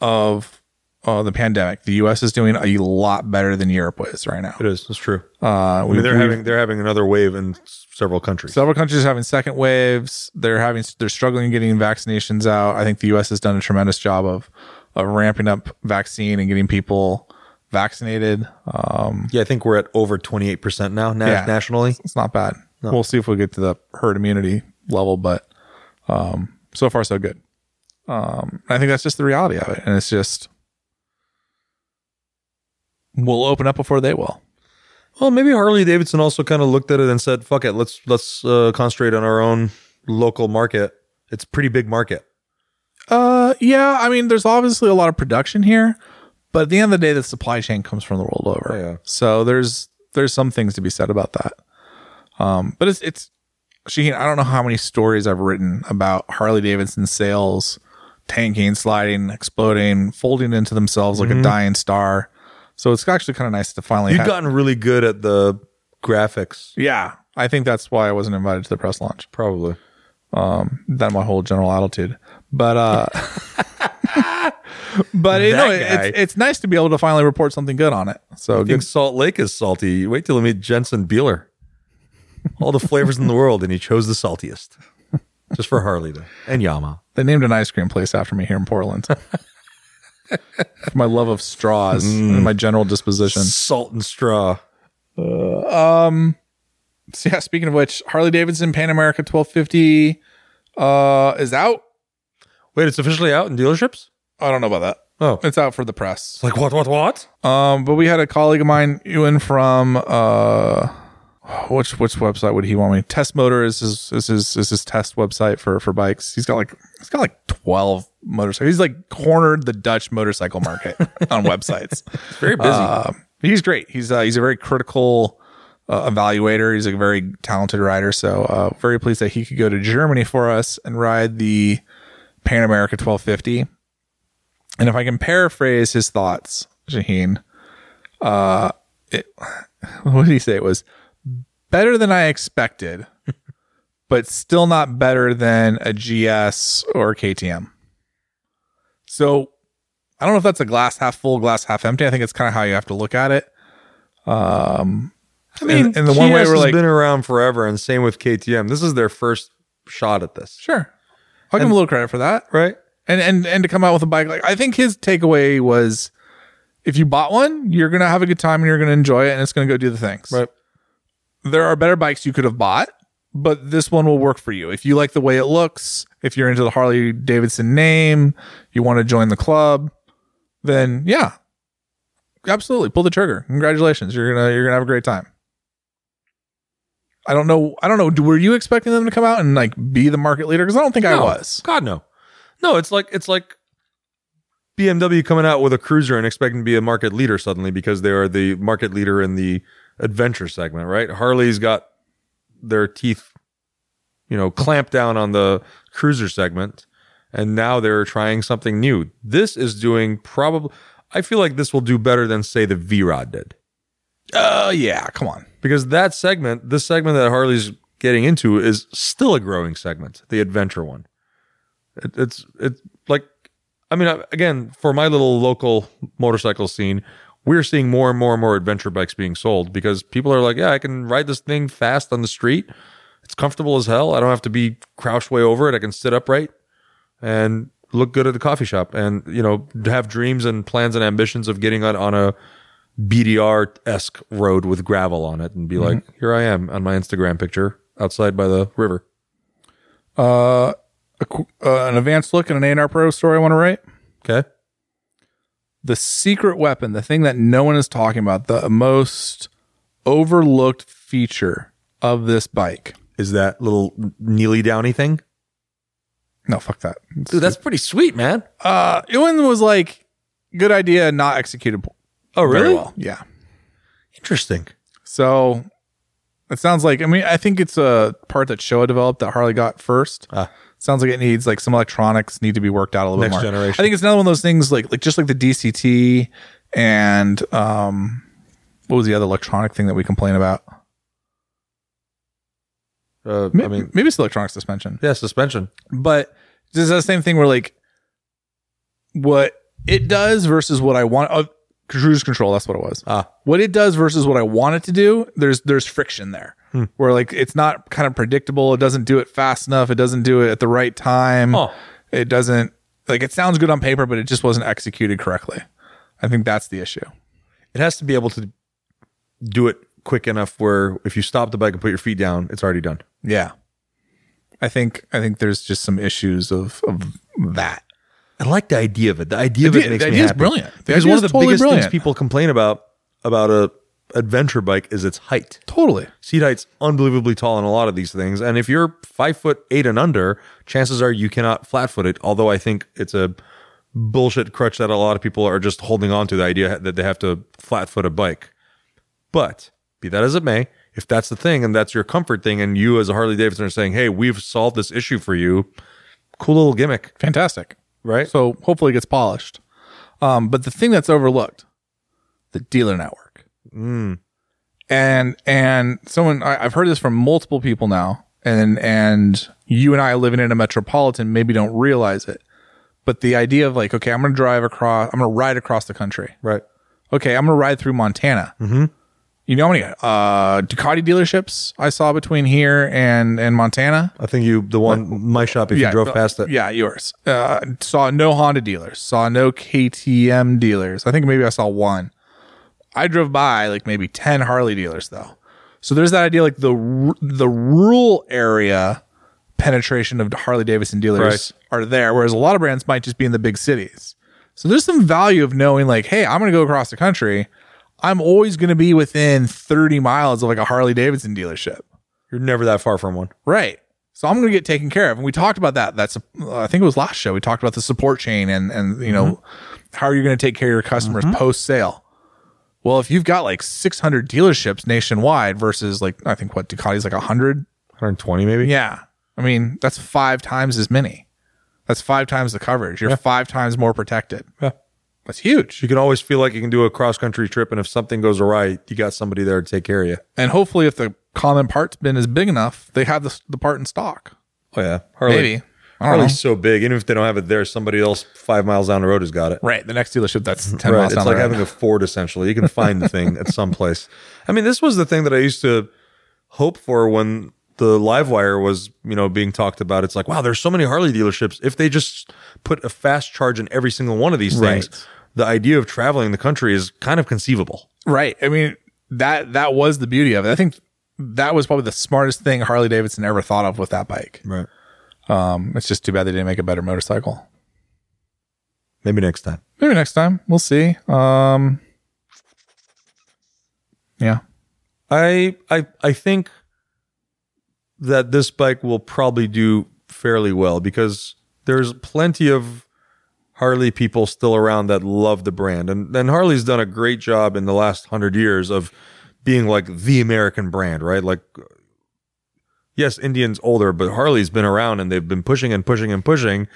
A: of uh, the pandemic. The U.S. is doing a lot better than Europe is right now.
B: It is. That's true.
A: Uh,
B: I
A: we,
B: mean, they're having they're having another wave in s- several countries.
A: several countries are having second waves. They're having they're struggling getting vaccinations out. I think the U.S. has done a tremendous job of of ramping up vaccine and getting people vaccinated. Um,
B: yeah, I think we're at over twenty eight percent now na-
A: Yeah.
B: nationally.
A: it's not bad. We'll see if we get to the herd immunity level, but um, so far so good. Um, I think that's just the reality of it, and it's just we'll open up before they will.
B: Well, maybe Harley Davidson also kind of looked at it and said, "Fuck it, let's let's uh, concentrate on our own local market. It's a pretty big market."
A: Uh, yeah, I mean, there's obviously a lot of production here, but at the end of the day, the supply chain comes from the world over.
B: Yeah.
A: So there's there's some things to be said about that. Um, but it's it's Shaheen. I don't know how many stories I've written about Harley Davidson sales tanking, sliding, exploding, folding into themselves like a dying star. So it's actually kind of nice to finally.
B: You've
A: have-
B: gotten really good at the graphics,
A: yeah, I think that's why I wasn't invited to the press launch.
B: probably.
A: that my whole general attitude. But uh but you know,
B: That guy.
A: it's it's nice to be able to finally report something good on it. So
B: I think
A: good.
B: Salt Lake is salty. Wait till you meet Jensen Beeler. All the flavors in the world, and he chose the saltiest, just for Harley though, and Yamaha.
A: they named an ice cream place after me here in Portland. For my love of straws and my general disposition.
B: Salt and straw.
A: So yeah, speaking of which, Harley Davidson Pan America 1250 uh is out.
B: Wait, it's officially out in dealerships.
A: I don't know about that.
B: Oh,
A: It's out for the press.
B: Like what? What? What?
A: Um, but we had a colleague of mine, Ewan from uh, which which website would he want me? Test Motor is his is his is his test website for for bikes. He's got like he's got like twelve motorcycles. He's like cornered the Dutch motorcycle market on websites.
B: It's very busy.
A: Um, he's great. He's uh, he's a very critical uh, evaluator. He's a very talented rider. So uh, very pleased that he could go to Germany for us and ride the Pan America 1250. And if I can paraphrase his thoughts, Shaheen, uh, it, what did he say? It was better than I expected, but still not better than a GS or a KTM. So I don't know if that's a glass half full, glass half empty. I think it's kind of how you have to look at it.
B: I
A: mean,
B: and, the one
A: GS
B: way
A: has
B: we're like
A: been
B: been around forever, and same with KTM. This is their first shot at this,
A: Sure. I'll give him a little credit for that.
B: right?
A: and and and to come out with a bike like i think his takeaway was if you bought one you're gonna have a good time and you're gonna enjoy it and it's gonna go do the things
B: Right.
A: there are better bikes you could have bought but this one will work for you if you like the way it looks if you're into the harley davidson name you want to join the club then yeah absolutely pull the trigger congratulations you're gonna you're gonna have a great time i don't know i don't know were you expecting them to come out and like be the market leader because i don't think i
B: No.
A: was
B: God no. No, it's like it's like BMW coming out with a cruiser and expecting to be a market leader suddenly because they are the market leader in the adventure segment, right? Harley's got their teeth, you know, clamped down on the cruiser segment, and now they're trying something new. This is doing probably I feel like this will do better than say the V Rod did.
A: Oh
B: Uh,
A: yeah, come on.
B: Because that segment, this segment that Harley's getting into is still a growing segment, the adventure one. It, it's it's like I mean I- again, for my little local motorcycle scene, we're seeing more and more and more adventure bikes being sold because people are like, yeah, I can ride this thing fast on the street. It's comfortable as hell. I don't have to be crouched way over it. I can sit upright and look good at the coffee shop and, you know, have dreams and plans and ambitions of getting on, on a BDR esque road with gravel on it and be like, here I am on my Instagram picture outside by the river.
A: Uh, a, qu- uh, an advanced look and an A&R Pro story I want to write.
B: Okay.
A: The secret weapon, the thing that no one is talking about, the most overlooked feature of this bike.
B: Is that little Neely Downy thing?
A: No, fuck that.
B: Dude, that's pretty sweet, man.
A: Uh, Ewan was like, good idea, not executed
B: Oh,
A: very
B: really?
A: well. Yeah.
B: Interesting.
A: So it sounds like, I mean, I think it's a part that Showa developed that Harley got first.
B: Ah.
A: Sounds like it needs like some electronics need to be worked out a little bit
B: Next
A: more.
B: generation.
A: I think it's another one of those things like like just like the DCT and um what was the other electronic thing that we complain about?
B: Uh,
A: Maybe,
B: I mean,
A: maybe it's electronic suspension.
B: yeah, suspension.
A: But this is the same thing where like what it does versus what I want uh, cruise control, that's what it was.
B: Ah,
A: what it does versus what I want it to do, there's there's friction there.
B: Hmm.
A: Where like it's not kind of predictable, it doesn't do it fast enough, it doesn't do it at the right time.
B: Oh.
A: It doesn't like it sounds good on paper, but it just wasn't executed correctly. I think that's the issue.
B: it has to be able to do it quick enough where if you stop the bike and put your feet down, it's already done.
A: Yeah. I think I think there's just some issues of of that.
B: I like the idea of it. The idea of
A: The
B: it
A: idea-
B: makes
A: the
B: me
A: idea is
B: happy.
A: brilliant. The
B: because
A: idea
B: one
A: is
B: of the
A: totally
B: biggest
A: brilliant.
B: things people complain about about a adventure bike is its height.
A: Totally.
B: Seat height's unbelievably tall in a lot of these things, and if you're five foot eight and under, chances are you cannot flat foot it. Although I think it's a bullshit crutch that a lot of people are just holding on to the idea that they have to flat foot a bike. But be that as it may, if that's the thing and that's your comfort thing, and you as a Harley Davidson are saying, "Hey, we've solved this issue for you," cool little gimmick,
A: Fantastic.
B: right?
A: So hopefully it gets polished. Um, but the thing that's overlooked, the dealer network. Mm. And and someone I, I've heard this from multiple people now, and and you and I living in a metropolitan maybe don't realize it. But the idea of like, okay, I'm gonna drive across I'm gonna ride across the country.
B: right.
A: Okay, I'm gonna ride through Montana. Mm-hmm. You know how many uh, Ducati dealerships I saw between here and and Montana?
B: I think you the one my shop. If you drove
A: but-
B: past it,
A: Yeah, yours. Uh, saw no Honda dealers. Saw no KTM dealers. I think maybe I saw one. I drove by like maybe ten Harley dealers though. So there's that idea like the ru- the rural area penetration of Harley Davidson dealers are there, whereas a lot of brands might just be in the big cities. So there's some value of knowing like, hey, I'm going to go across the country. I'm always going to be within 30 miles of like a Harley Davidson dealership.
B: you're never that far from one.
A: Right. So I'm going to get taken care of. And we talked about that. That's, I think it was last show. We talked about the support chain and, and, you know,
B: Mm-hmm.
A: how are you going to take care of your customers post sale? Well, if you've got like 600 dealerships nationwide versus like, I think what Ducati's like 100.
B: 120 maybe.
A: Yeah. I mean, that's five times as many. That's five times the coverage. You're five times more protected.
B: Yeah.
A: That's huge.
B: You can always feel like you can do a cross country trip, and if something goes awry, you got somebody there to take care of you.
A: And hopefully, if the common part's bin is big enough, they have the, the part in stock.
B: Oh yeah, Harley.
A: Maybe. I don't know.
B: Harley's so big, even if they don't have it there, somebody else five miles down the road has got it.
A: Right. The next dealership that's 10
B: Right,
A: miles
B: it's
A: down the
B: like
A: road.
B: having a Ford essentially. You can find the thing at some place. I mean, this was the thing that I used to hope for when the live wire was, you know, being talked about. It's like, wow, there's so many Harley dealerships. If they just put a fast charge in every single one of these things,
A: Right.
B: the idea of traveling the country is kind of conceivable.
A: Right. I mean, that that was the beauty of it. I think that was probably the smartest thing Harley Davidson ever thought of with that bike.
B: Right.
A: Um, it's just too bad they didn't make a better motorcycle.
B: Maybe next time.
A: Maybe next time. We'll see. Um, yeah.
B: I I I think that this bike will probably do fairly well because there's plenty of Harley people still around that love the brand. And and Harley's done a great job in the last 100 years of being like the American brand, right? Like yes, Indian's older, but Harley's been around and they've been pushing and pushing and pushing.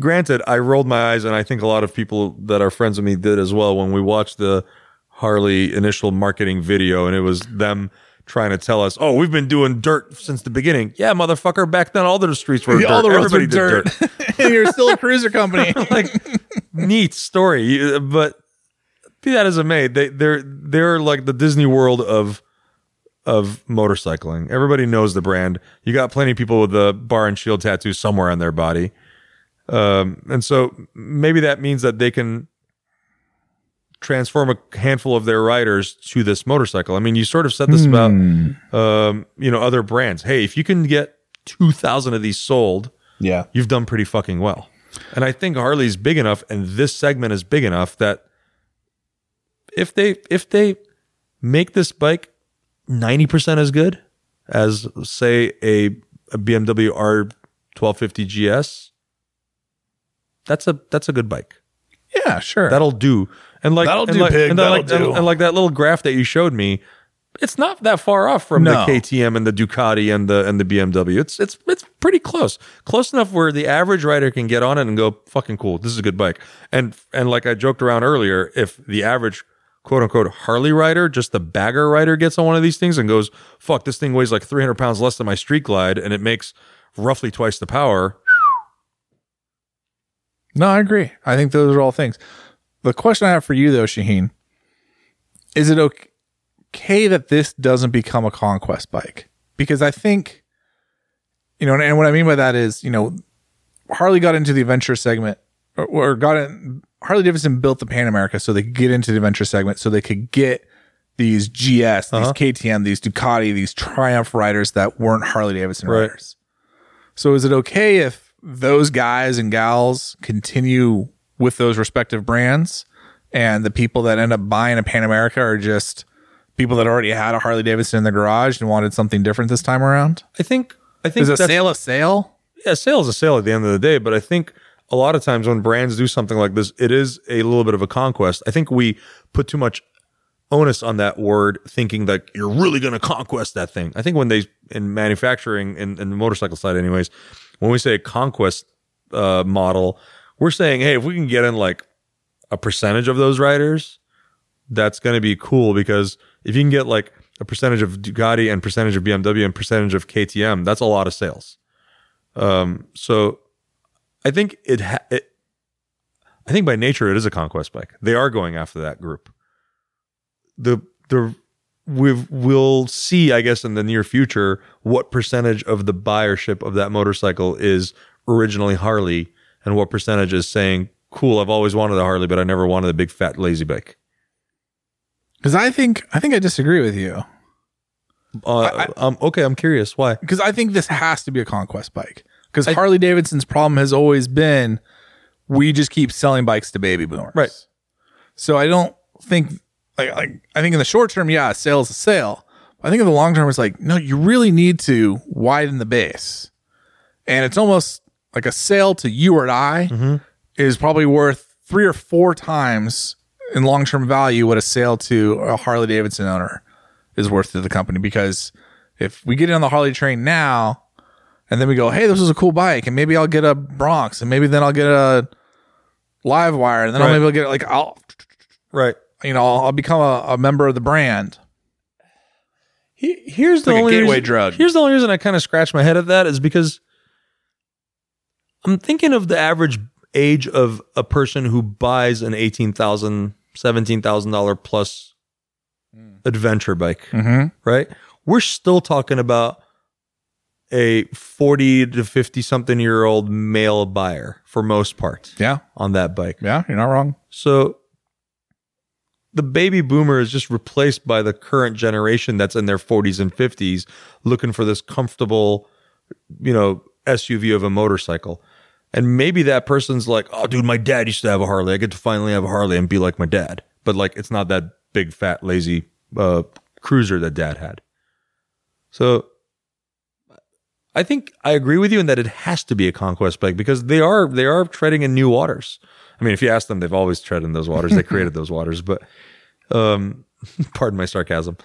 B: Granted, I rolled my eyes, and I think a lot of people that are friends with me did as well when we watched the Harley initial marketing video, and it was them trying to tell us, "Oh, we've been doing dirt since the beginning." Yeah, motherfucker, back then all the streets were dirt.
A: All the roads
B: Everybody
A: are
B: did
A: dirt. and you're still a cruiser company.
B: like neat story, You- but be that as it may, they they're they're like the Disney World of of motorcycling. Everybody knows the brand. You got plenty of people with the bar and shield tattoo somewhere on their body, um, and so maybe that means that they can transform a handful of their riders to this motorcycle. I mean, you sort of said this about um, you know other brands. Hey, if you can get two thousand of these sold
A: yeah.
B: you've done pretty fucking well. And I think Harley's big enough and this segment is big enough that if they if they make this bike 90% as good as say a, a BMW R1250 GS, that's a that's a good bike.
A: Yeah, sure.
B: That'll do. And like
A: That'll
B: and
A: do,
B: like,
A: pig.
B: And then
A: That'll
B: like, and-
A: do.
B: And, like that little graph that you showed me, it's not that far off from
A: No.
B: the KTM and the Ducati and the and the BMW. It's it's it's pretty close. Close enough where the average rider can get on it and go fucking cool. This is a good bike. And and like I joked around earlier, if the average quote unquote Harley rider, just the bagger rider gets on one of these things and goes, fuck, this thing weighs like 300 pounds less than my street glide and it makes roughly twice the power.
A: No, I agree. I think those are all things. The question I have for you though, Shaheen, is it ok- okay that this doesn't become a conquest bike? Because I think, you know, and, and what I mean by that is, you know, Harley got into the adventure segment or, or got in, Harley Davidson built the Pan America so they could get into the adventure segment so they could get these GS, these KTM, these Ducati, these Triumph riders that weren't Harley Davidson
B: Right.
A: riders. So is it okay if those guys and gals continue with those respective brands and the people that end up buying a Pan America are just people that already had a Harley Davidson in the garage and wanted something different this time around?
B: I think I think
A: Is a
B: that's-
A: sale a sale?
B: yeah, sale is a sale at the end of the day, but I think a lot of times when brands do something like this, it is a little bit of a conquest. I think we put too much onus on that word, thinking that you're really going to conquest that thing. I think when they in manufacturing and in, the motorcycle side, anyways, when we say conquest uh, model, we're saying, hey, if we can get in like a percentage of those riders, that's going to be cool because if you can get like a percentage of Ducati and percentage of BMW and percentage of KTM, that's a lot of sales. Um, so I think it, ha- it, I think by nature it is a conquest bike. They are going after that group. The the we've, we'll see, I guess, in the near future what percentage of the buyership of that motorcycle is originally Harley, and what percentage is saying, "Cool, I've always wanted a Harley, but I never wanted a big fat lazy bike."
A: Because I think I think I disagree with you.
B: Uh, um, okay, I'm curious why.
A: because I think this has to be a conquest bike. Because Harley Davidson's problem has always been we just keep selling bikes to baby boomers.
B: Right.
A: So I don't think like, like I think in the short term, yeah, a sale's a sale. I think in the long term, it's like no, you really need to widen the base, and it's almost like a sale to you or I is probably worth three or four times in long term value what a sale to a Harley Davidson owner is worth to the company because if we get in on the Harley train now and then we go, hey, this is a cool bike, and maybe I'll get a Bronx, and maybe then I'll get a Live Wire, and then I'll
B: Right.
A: maybe I'll get like I'll
B: Right.
A: you know I'll, I'll become a, a member of the brand.
B: He- here's the
A: like a
B: only
A: gateway
B: reason,
A: drug.
B: Here's the only reason I kind of scratch my head at that is because I'm thinking of the average age of a person who buys an eighteen thousand, seventeen thousand dollar plus adventure bike,
A: Mm-hmm.
B: right? We're still talking about a 40 to 50 something year old male buyer for most part
A: Yeah.
B: on that bike.
A: Yeah. You're not wrong.
B: So the baby boomer is just replaced by the current generation that's in their 40s and 50s looking for this comfortable, you know, SUV of a motorcycle. And maybe that person's like, oh, dude, my dad used to have a Harley. I get to finally have a Harley and be like my dad. But like, it's not that big, fat, lazy uh, cruiser that dad had. So I think I agree with you in that it has to be a conquest bike because they are they are treading in new waters. I mean, if you ask them, they've always tread in those waters. They created those waters, but um, pardon my sarcasm.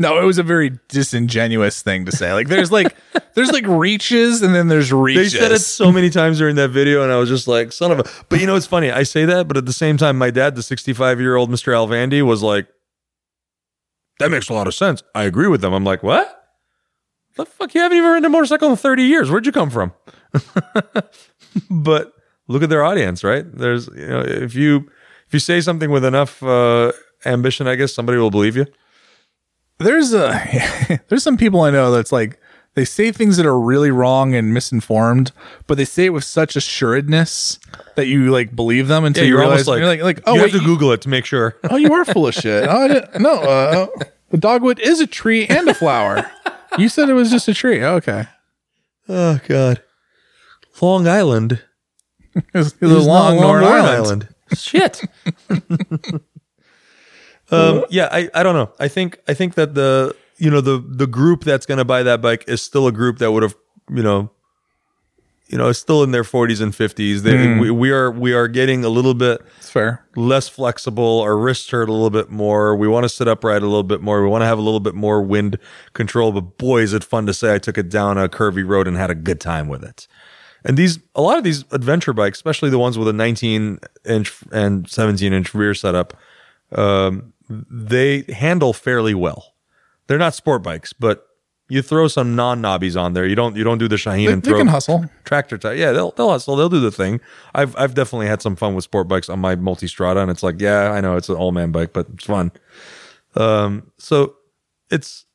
A: No, it was a very disingenuous thing to say. Like there's like there's like reaches and then there's
B: They
A: reaches.
B: said it so many times during that video, and I was just like, "Son of a!" But you know, it's funny. I say that, but at the same time, my dad, the sixty-five-year-old Mister Alvandi, was like, "That makes a lot of sense. I agree with them." I'm like, "What? The fuck? You haven't even ridden a motorcycle in thirty years. Where'd you come from?" but look at their audience, right? There's, you know, if you if you say something with enough uh, ambition, I guess somebody will believe you.
A: there's a there's some people I know that's like they say things that are really wrong and misinformed, but they say it with such assuredness that you like believe them until
B: Yeah,
A: you
B: you're
A: realize
B: almost like,
A: you're like, like oh
B: you
A: wait,
B: have to
A: you-
B: Google it to make sure.
A: oh you are full of shit. Oh, I didn't, no, uh, the dogwood is a tree and a flower. you said it was just a tree. Okay,
B: oh God, Long Island.
A: it's, it's a long, North Island.
B: Shit. um, yeah, I, I don't know. I think I think that the you know the the group that's going to buy that bike is still a group that would have you know you know is still in their 40s and 50s. They,
A: Hmm.
B: we, we are we are getting a little bit
A: It's fair.
B: less flexible. Our wrists hurt a little bit more. We want to sit upright a little bit more. We want to have a little bit more wind control. But boy, is it fun to say I took it down a curvy road and had a good time with it. And these, a lot of these adventure bikes, especially the ones with a 19 inch and 17 inch rear setup, um, they handle fairly well. They're not sport bikes, but you throw some non knobbies on there. You don't you don't do the Shaheen
A: They,
B: and
A: they
B: throw
A: can hustle.
B: tractor type. Yeah, they'll they'll hustle. They'll do the thing. I've I've definitely had some fun with sport bikes on my Multistrada, and it's like, yeah, I know it's an all man bike, but it's fun. Um, so it's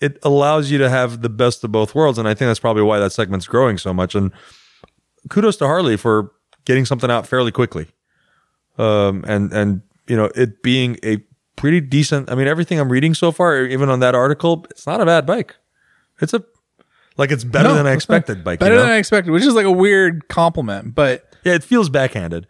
B: it allows you to have the best of both worlds, and I think that's probably why that segment's growing so much. And kudos to Harley for getting something out fairly quickly. Um, and and you know it being a pretty decent. I mean, everything I'm reading so far, even on that article, it's not a bad bike. It's a like it's better
A: No,
B: than I
A: it's not-
B: expected bike.
A: Better
B: you know?
A: than I expected, which is like a weird compliment, but
B: Yeah, it feels backhanded.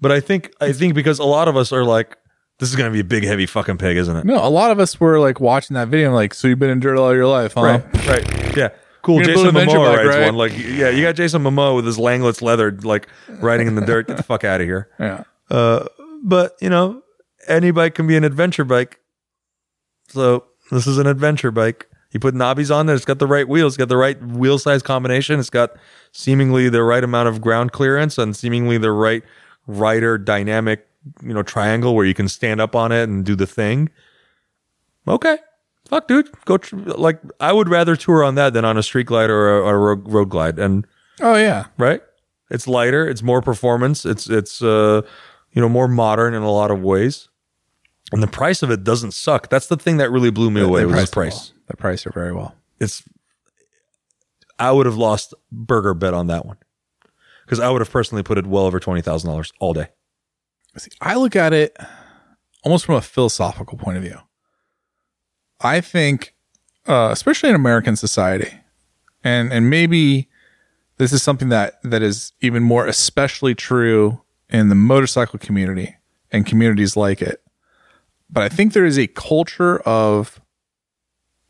B: But I think I think because a lot of us are like, this is gonna be a big heavy fucking pig, isn't it?
A: no, a lot of us were like watching that video and like, so you've been in dirt all your life, huh?
B: Right. Right. Uh-huh. Yeah. Cool.
A: You're gonna
B: Jason
A: build an adventure
B: Momoa
A: bike,
B: rides
A: right?
B: one. Like yeah, you got Jason Momoa with his langlets leathered, like riding in the dirt. Get the fuck out of here.
A: Yeah.
B: Uh, but you know, any bike can be an adventure bike. So this is an adventure bike. You put knobbies on there. It's got the right wheels. It's got the right wheel size combination. It's got seemingly the right amount of ground clearance and seemingly the right rider dynamic, you know, triangle where you can stand up on it and do the thing. Okay, fuck, dude, go. Tr- like I would rather tour on that than on a street glide or a, or a road, road glide. And
A: Oh yeah.
B: right? It's lighter, it's more performance, it's it's uh you know more modern in a lot of ways. And the price of it doesn't suck. That's the thing that really blew me away
A: They
B: was the
A: priced it
B: price.
A: well. They priced it very well.
B: It's I would have lost burger bet on that one. Cuz I would have personally put it well over $20,000 all day.
A: See, I look at it almost from a philosophical point of view. I think, uh, especially in American society, and and maybe this is something that that is even more especially true in the motorcycle community and communities like it. But I think there is a culture of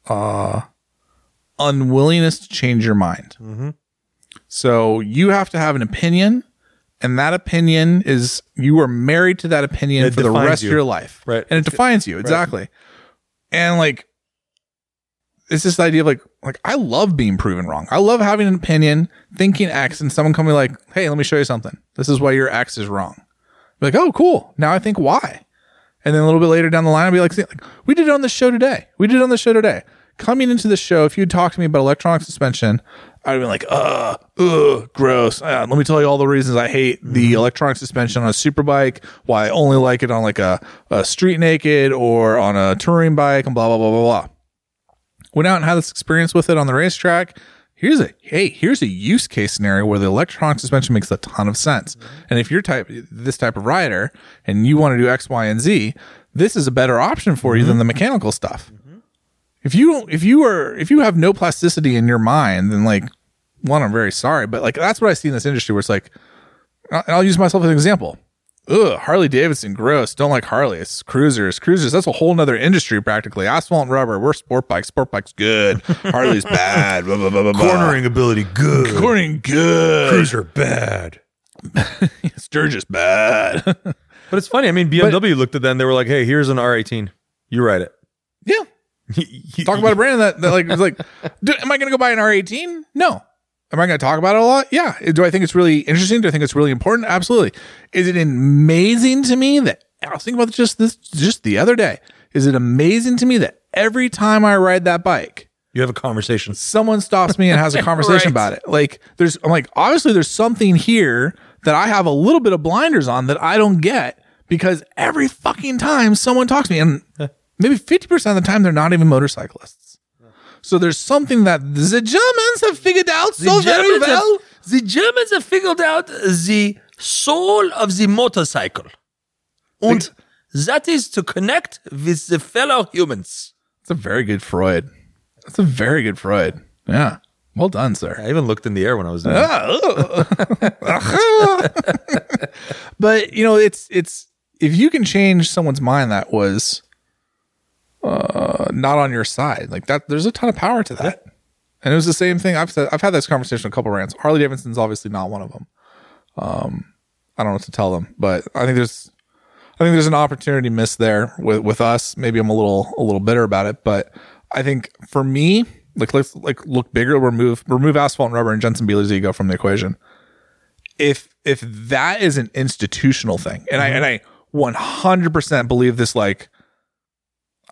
A: uh, unwillingness to change your mind.
B: Mhm.
A: So you have to have an opinion, and that opinion is you are married to that opinion
B: It
A: for the
B: defines
A: rest
B: you.
A: of your life,
B: Right.
A: And it defines you exactly. And like, it's this idea of like, like I love being proven wrong. I love having an opinion, thinking X, and someone coming like, "Hey, let me show you something. This is why your X is wrong." Be like, "Oh, cool. Now I think why." And then a little bit later down the line, I'll be like, see, like, we did it on the show today. We did it on the show today. Coming into the show, if you had talked to me about electronic suspension, I'd be like, uh, ugh, gross. Uh, let me tell you all the reasons I hate the electronic suspension on a super bike, why I only like it on like a, a street naked or on a touring bike and blah, blah, blah, blah, blah. Went out and had this experience with it on the racetrack. here's a hey here's a use case scenario where the electronic suspension makes a ton of sense and if you're type this type of rider and you want to do x y and z this is a better option for you than the mechanical stuff if you don't if you are if you have no plasticity in your mind then like one i'm very sorry but like that's what i see in this industry where it's like and i'll use myself as an example Ugh, Harley Davidson, gross. Don't like Harley. It's cruisers, cruisers. That's a whole nother industry practically. Asphalt and rubber. We're sport bikes. Sport bikes good. Harley's bad. Blah, blah, blah, blah, blah.
B: Cornering ability good.
A: Cornering good.
B: Cruiser bad.
A: Sturgis bad.
B: But it's funny. I mean, BMW looked at that and they were like, "Hey, here's an R18. You ride it."
A: yeah. Talk about a brand that, that like was like, dude, am I going to go buy an R18? No. Am I going to talk about it a lot? Yeah. Do I think it's really interesting? Do I think it's really important? Absolutely. Is it amazing to me that I was thinking about this just this just the other day? Is it amazing to me that every time I ride that bike,
B: You have a conversation.
A: someone stops me and has a conversation
B: Right.
A: about it. Like there's I'm like obviously there's something here that I have a little bit of blinders on that I don't get because every fucking time someone talks to me and maybe 50% of the time they're not even motorcyclists. So there's something that the Germans have figured out so very
C: Germans have-
A: well.
C: the Germans have figured out the soul of the motorcycle. And that is to connect with the fellow humans.
A: It's a very good Freud. That's a very good Freud. Yeah. Well done, sir.
B: I even looked in the air when I was doing. it.
A: but you know, it's it's if you can change someone's mind that was uh, not on your side, like that. There's a ton of power to that, and it was the same thing. I've said I've had this conversation a couple rants. Harley Davidson's obviously not one of them. Um, I don't know what to tell them, but I think there's I think there's an opportunity missed there with with us. Maybe I'm a little a little bitter about it, but I think for me, like let's like look bigger, remove remove asphalt and rubber and Jensen Beeler's ego from the equation. If if that is an institutional thing, and I and I 100% believe this, like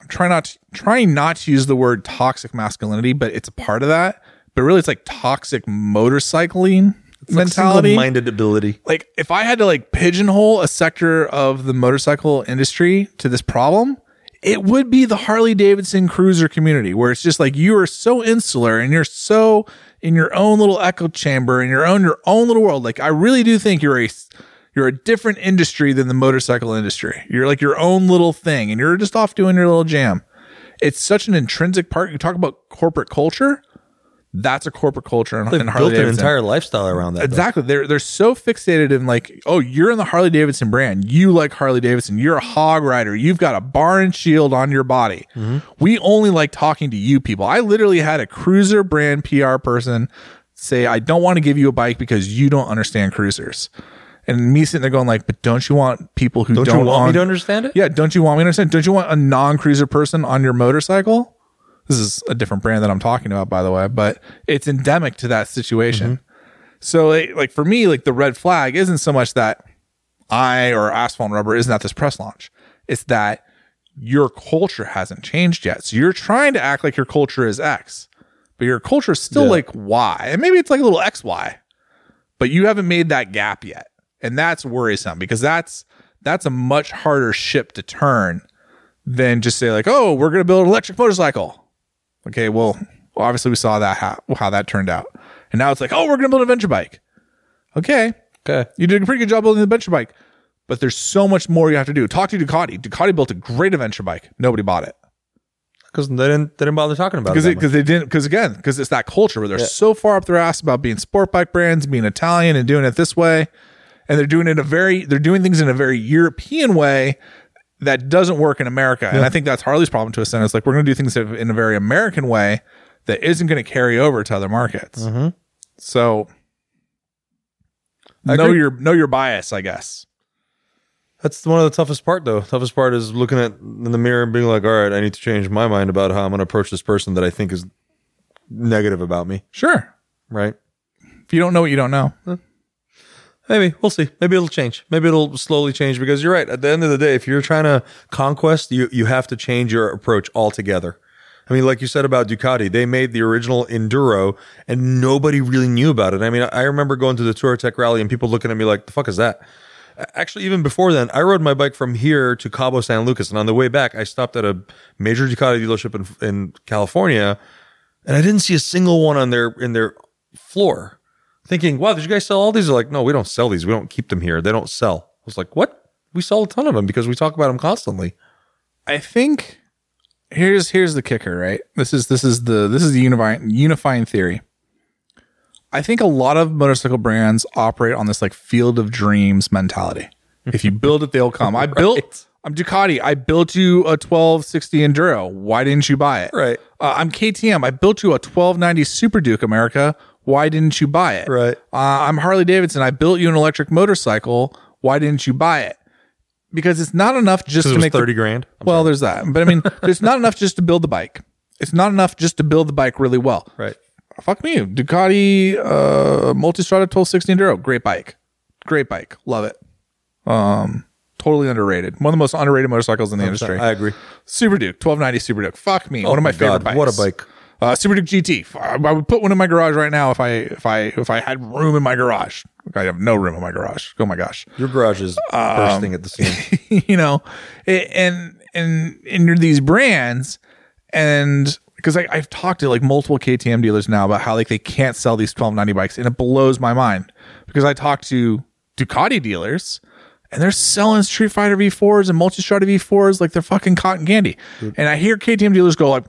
A: I'm trying not to, trying not to use the word toxic masculinity, but it's a part of that. But really, it's like toxic motorcycling mentality
B: Minded ability.
A: like if I had to like pigeonhole a sector of the motorcycle industry to this problem, it would be the Harley Davidson cruiser community where it's just like you are so insular and you're so in your own little echo chamber in your own your own little world. Like I really do think you're a you're a different industry than the motorcycle industry. You're like your own little thing and you're just off doing your little jam. It's such an intrinsic part. You talk about corporate culture. That's a corporate culture in, in Harley
B: Built an
A: Davidson.
B: entire lifestyle around that. though.
A: Exactly. They're they're so fixated in like, oh, you're in the Harley Davidson brand. You like Harley Davidson. You're a hog rider. You've got a bar and shield on your body.
B: Mm-hmm.
A: We only like talking to you people. I literally had a cruiser brand PR person say, I don't want to give you a bike because you don't understand cruisers. And me sitting there going like, but don't you want people who don't,
B: Don't you want me
A: own-
B: to understand it?
A: yeah, don't you want me to understand? Don't you want a non-cruiser person on your motorcycle? This is a different brand that I'm talking about, by the way, but it's endemic to that situation.
B: Mm-hmm.
A: So, like, like, for me, like the red flag isn't so much that I or Asphalt and Rubber isn't at this press launch. It's that your culture hasn't changed yet. So you're trying to act like your culture is X, but your culture is still like Y, and maybe it's like a little XY but you haven't made that gap yet. And that's worrisome because that's that's a much harder ship to turn than just say like, "Oh, we're going to build an electric motorcycle." Okay, well, obviously we saw that how, how that turned out. And now it's like, "Oh, we're going to build an adventure bike." Okay,
B: Okay.
A: you did a pretty good job building the adventure bike, but there's so much more you have to do. Talk to Ducati. Ducati built a great adventure bike. Nobody bought it
B: Because they didn't, they didn't bother talking about
A: because
B: it. that much.
A: because they didn't because again because it's that culture where they're so far up their ass about being sport bike brands, being Italian, and doing it this way, and they're doing it a very they're doing things in a very European way that doesn't work in America, and I think that's Harley's problem to a extent. It's like we're going to do things in a very American way that isn't going to carry over to other markets. So know
B: agree.
A: your know your bias, I guess.
B: That's one of the toughest part, though. Toughest part is looking at in the mirror and being like, "All right, I need to change my mind about how I'm going to approach this person that I think is negative about me."
A: Sure,
B: Right?
A: if you don't know what you don't know,
B: Maybe we'll see. Maybe it'll change. Maybe it'll slowly change because you're right. At the end of the day, if you're trying to conquest, you you have to change your approach altogether. I mean, like you said about Ducati, they made the original Enduro and nobody really knew about it. I mean, I remember going to the Tour Tech rally and people looking at me like, "The fuck is that?" Actually, even before then, I rode my bike from here to Cabo San Lucas, and on the way back, I stopped at a major Ducati dealership in in California and I didn't see a single one on their in their floor. Thinking, wow, did you guys sell all these? They're like, no, we don't sell these. We don't keep them here. They don't sell. I was like, what? We sell a ton of them because we talk about them constantly.
A: I think here's here's the kicker, right? This is this is the this is the unifying unifying theory. I think a lot of motorcycle brands operate on this like field of dreams mentality. If you build it, they'll come. I built I'm Ducati. I built you a 1260 Enduro. Why didn't you buy it?
B: Right.
A: Uh, I'm KTM. I built you a 1290 Super Duke America. Why didn't you buy it?
B: Right.
A: Uh, I'm Harley Davidson. I built you an electric motorcycle. Why didn't you buy it? Because it's not enough just
B: It
A: to
B: was
A: make the
B: thirty grand. I'm
A: well, there's that. But I mean, it's not enough just to build the bike. It's not enough just to build the bike really well.
B: sorry. right.
A: Fuck me. Ducati uh Multistrada 1260 Enduro, great bike. Great bike. Love it. Um totally underrated. One of the most underrated motorcycles in the industry.
B: I agree. Oh
A: Super Duke 1290 Super Duke. Fuck me. One of my,
B: my
A: favorite
B: God,
A: bikes.
B: what a bike.
A: Uh, Super Duke GT. F- I I would put one in my garage right now if I if I if I had room in my garage. I have no room in my garage. Oh my gosh
B: Your garage is bursting at the seams.
A: you know, it, and and and you're these brands, and because I've talked to like multiple KTM dealers now about how like they can't sell these 1290 bikes, and it blows my mind because I talk to Ducati dealers, and they're selling Street Fighter V4s and Multistrada V4s like they're fucking cotton candy, and I hear KTM dealers go like.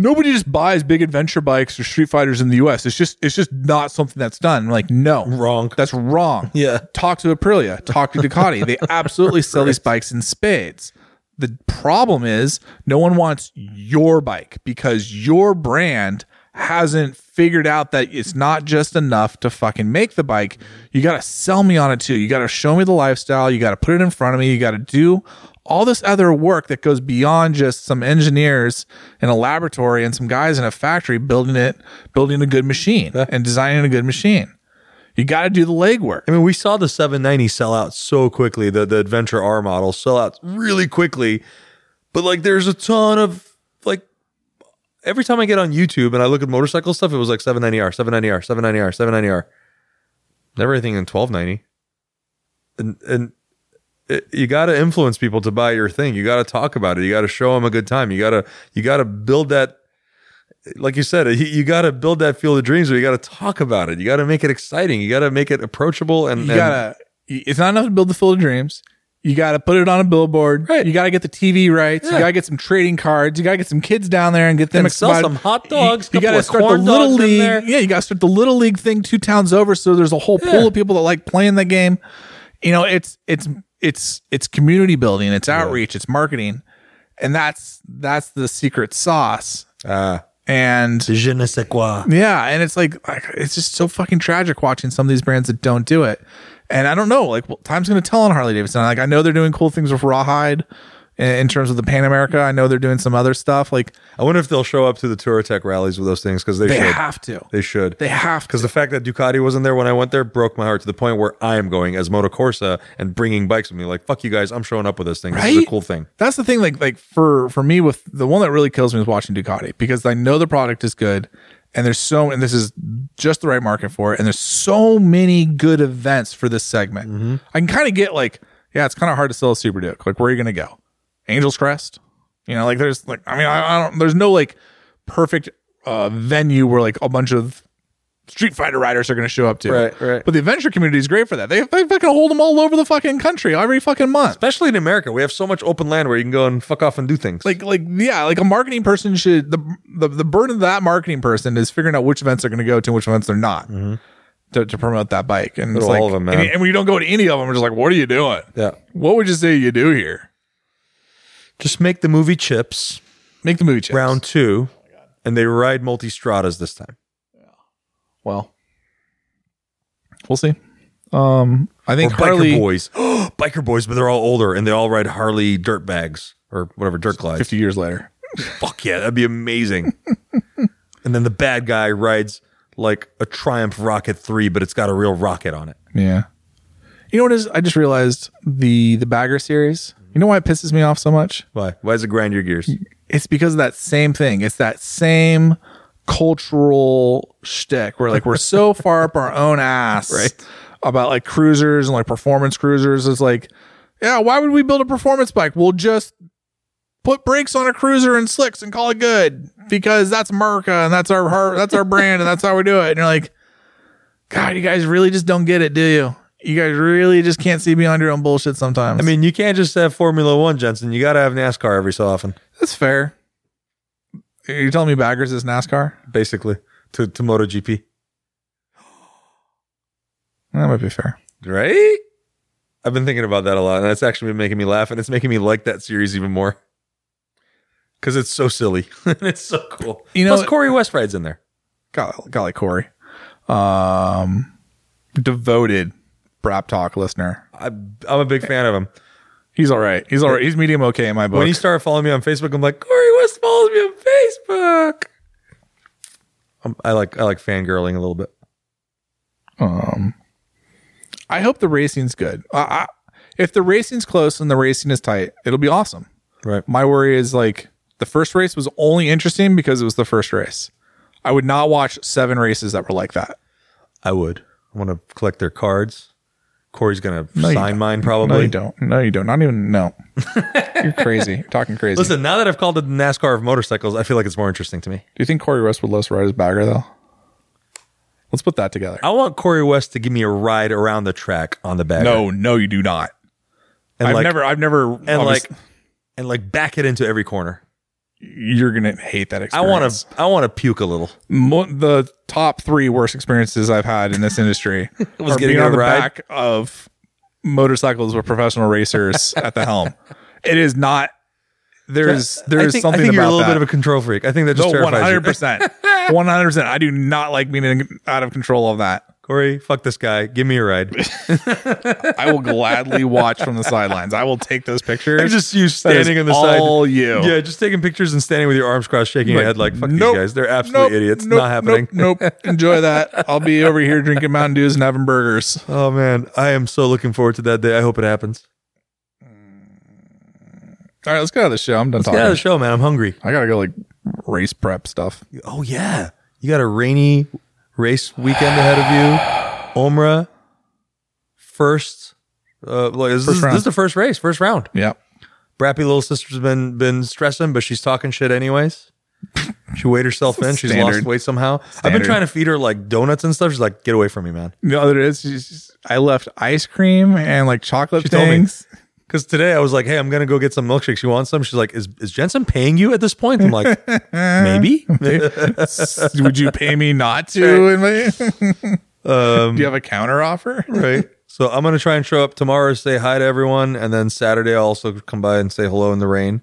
A: Nobody just buys big adventure bikes or Street Fighters in the U.S. It's just it's just not something that's done. I'm like, no,
B: Wrong.
A: That's wrong.
B: Yeah.
A: Talk to Aprilia, talk to Ducati. They absolutely sell these bikes in spades. The problem is no one wants your bike because your brand hasn't figured out that it's not just enough to fucking make the bike. You got to sell me on it too. You got to show me the lifestyle. You got to put it in front of me. You got to do all this other work that goes beyond just some engineers in a laboratory and some guys in a factory building it, building a good machine and designing a good machine. You got to do the legwork.
B: I mean, we saw the 790 sell out so quickly, the, the Adventure R model sell out really quickly. But like, there's a ton of like, every time I get on YouTube and I look at motorcycle stuff, it was like 790R, 790R, 790R, 790R. Never anything in 1290. And, and it, you got to influence people to buy your thing. You got to talk about it. You got to show them a good time. You got to, you got to build that. Like you said, you, you got to build that field of dreams, but you got to talk about it. You got to make it exciting. You got to make it approachable and,
A: You
B: and
A: gotta. It's not enough to build the field of dreams. You gotta put it on a billboard.
B: Right.
A: You gotta get the TV rights. You
B: Yeah.
A: gotta get some trading cards. You gotta get some kids down there and get them
B: And sell
A: excited.
B: some hot dogs,
A: You, you
C: couple
A: gotta
C: of
A: start the
C: corn
A: little
C: dogs in
A: league.
C: there.
A: Yeah, you gotta start the little league thing two towns over. So there's a whole pool of people that like playing the game. You know, it's it's it's it's community building. It's outreach. It's marketing, and that's that's the secret sauce.
B: Ah,
A: And
C: Je ne sais quoi.
A: Yeah, and it's like like, it's just so fucking tragic watching some of these brands that don't do it. And I don't know, like well, time's going to tell on Harley Davidson. Like I know they're doing cool things with Rawhide in, in terms of the Pan America. I know they're doing some other stuff. Like
B: I wonder if they'll show up to the Touratech rallies with those things because they,
A: they
B: should.
A: have to.
B: they should.
A: They have
B: Because
A: to.
B: the fact that Ducati wasn't there when I went there broke my heart to the point where I am going as Motocorsa and bringing bikes with me. Like, fuck you guys, I'm showing up with this thing. This is a
A: Right?
B: cool thing.
A: That's the thing. Like like for for me with the one that really kills me is watching Ducati because I know the product is good. And there's so, and this is just the right market for it. And there's so many good events for this segment.
B: Mm-hmm.
A: I can kind of get like, yeah, it's kind of hard to sell a Super Duke. Like, where are you going to go? Angel's Crest. You know, like there's like I mean I, I don't there's no like perfect uh venue where like a bunch of Street Fighter riders are going to show up to.
B: Right, right.
A: But the adventure community is great for that. They they fucking hold them all over the fucking country every fucking month.
B: Especially in America, we have so much open land where you can go and fuck off and do things.
A: Like like yeah, like a marketing person should the the, the burden of that marketing person is figuring out which events they're going to go to and which events they're not. To, to promote that bike and
B: Go to
A: it's like,
B: Mm-hmm. all of 'em,
A: and,
B: man.
A: and when you don't go to any of them, we're just like, what are you doing?
B: yeah.
A: What would you say you do here?
B: Just make the movie Chips
A: Make the movie chips.
B: round two, and they ride multi-stratas this time.
A: Well, we'll see. Um, I
B: Or
A: think Harley
B: biker boys. biker boys, but they're all older and they all ride Harley dirt bags or whatever, dirt glides.
A: fifty years later.
B: fuck yeah, that'd be amazing. and then the bad guy rides like a Triumph Rocket 3, but it's got a real rocket on it.
A: Yeah. You know what it is? I just realized the the Bagger series. You know why it pisses me off so much?
B: Why? Why does it grind your gears?
A: It's because of that same thing. It's that same cultural shtick where like we're so far up our own ass
B: Right.
A: about like cruisers and like performance cruisers. It's like, yeah, why would we build a performance bike? We'll just put brakes on a cruiser and slicks and call it good because that's America and that's our heart, that's our brand and that's how we do it. And you're like, God, you guys really just don't get it, do you? You guys really just can't see beyond your own bullshit sometimes.
B: I mean, you can't just have Formula One, Jensen. You got to have NASCAR every so often,
A: that's fair. You're telling me Baggers is NASCAR?
B: basically, to, to MotoGP.
A: That might be fair.
B: Right? I've been thinking about that a lot, and that's actually been making me laugh, and it's making me like that series even more. Because it's so silly. and it's so cool.
A: You
B: You
A: know-
B: know, Plus, Corey Westride's in there.
A: golly, golly Corey, um, devoted Brap Talk listener.
B: I, I'm a big fan of him.
A: He's all right. He's all right. He's medium okay in my book.
B: When he started following me on Facebook, I'm like, Corey West follows me on Facebook. Um, I like I like fangirling a little bit.
A: um, I hope the racing's good. I, I, if the racing's close and the racing is tight, it'll be awesome.
B: Right.
A: My worry is like the first race was only interesting because it was the first race. I would not watch seven races that were like that.
B: I would. I want to collect their cards. Corey's gonna
A: you
B: sign mine
A: No,
B: probably.
A: you don't. No, you don't. Not even no. You're crazy. You're talking crazy.
B: Listen, now that I've called it the NASCAR of motorcycles, I feel like it's more interesting to me.
A: Do you think Corey West would love to ride his bagger though? Let's put that together.
B: I want Corey West to give me a ride around the track on the back.
A: No, no, you do not.
B: and
A: I've
B: like,
A: never, I've never,
B: and
A: obvious-
B: like and like back it into every corner.
A: you're gonna hate that
B: I
A: experience.
B: want to I want to puke a little.
A: Mo- the top three worst experiences I've had in this industry
B: Was
A: are
B: getting
A: being
B: a
A: on the
B: ride?
A: back of motorcycles with professional racers at the helm. It is not. There's
B: I
A: there's
B: think,
A: something
B: I think you're
A: about
B: a little
A: that.
B: bit of a control freak. I think that just
A: no, one
B: terrifies
A: hundred
B: you.
A: percent, one hundred percent. I do not like being in, out of control of that.
B: Corey, fuck this guy. Give me a ride.
A: I will gladly watch from the sidelines. I will take those pictures.
B: It's just you
A: That is
B: standing on the
A: all
B: side.
A: you.
B: Yeah, just taking pictures and standing with your arms crossed, shaking your head like fuck
A: Nope.
B: these guys. They're absolute
A: Nope.
B: idiots.
A: Nope.
B: Not happening.
A: Nope, nope. Enjoy that. I'll be over here drinking Mountain Dews and having burgers.
B: Oh man, I am so looking forward to that day. I hope it happens.
A: All right, let's get out of the show. I'm done talking.
B: Yeah, the show, man. I'm hungry.
A: I gotta go like race prep stuff.
B: Oh yeah, you got a rainy race weekend ahead of you. Omra first. Uh, like, this, is,
A: round.
B: this is the first race, first round.
A: Yeah.
B: Brappy little sister's been been stressing, but she's talking shit anyways. She weighed herself in. She's
A: Standard.
B: lost weight somehow. I've
A: Standard.
B: been trying to feed her like donuts and stuff. She's like, "Get away from me, man!"
A: The other is she's- I left ice cream and like chocolate
B: She told me.
A: things.
B: Because today I was like, "Hey, I'm gonna go get some milkshakes. You want some?" She's like, "Is is Jensen paying you at this point?" I'm like, "Maybe."
A: Would you pay me not to? And like-
B: Um,
A: Do you have a counter offer?
B: right? So I'm gonna try and show up tomorrow, say hi to everyone, and then Saturday I'll also come by and say hello in the rain.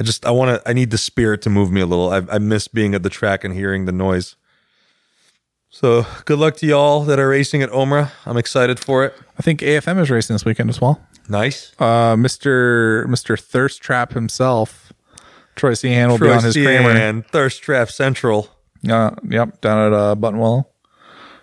B: I just I want to I need the spirit to move me a little. I, I miss being at the track and hearing the noise. So good luck to y'all that are racing at Omra. I'm excited for it.
A: I think AFM is racing this weekend as well.
B: Nice.
A: Uh, Mr. Mr. Thirst Trap himself, Troy Seahan will be on his Kramer.
B: and Thirst Trap Central.
A: Uh, yep, down at uh, Buttonwell.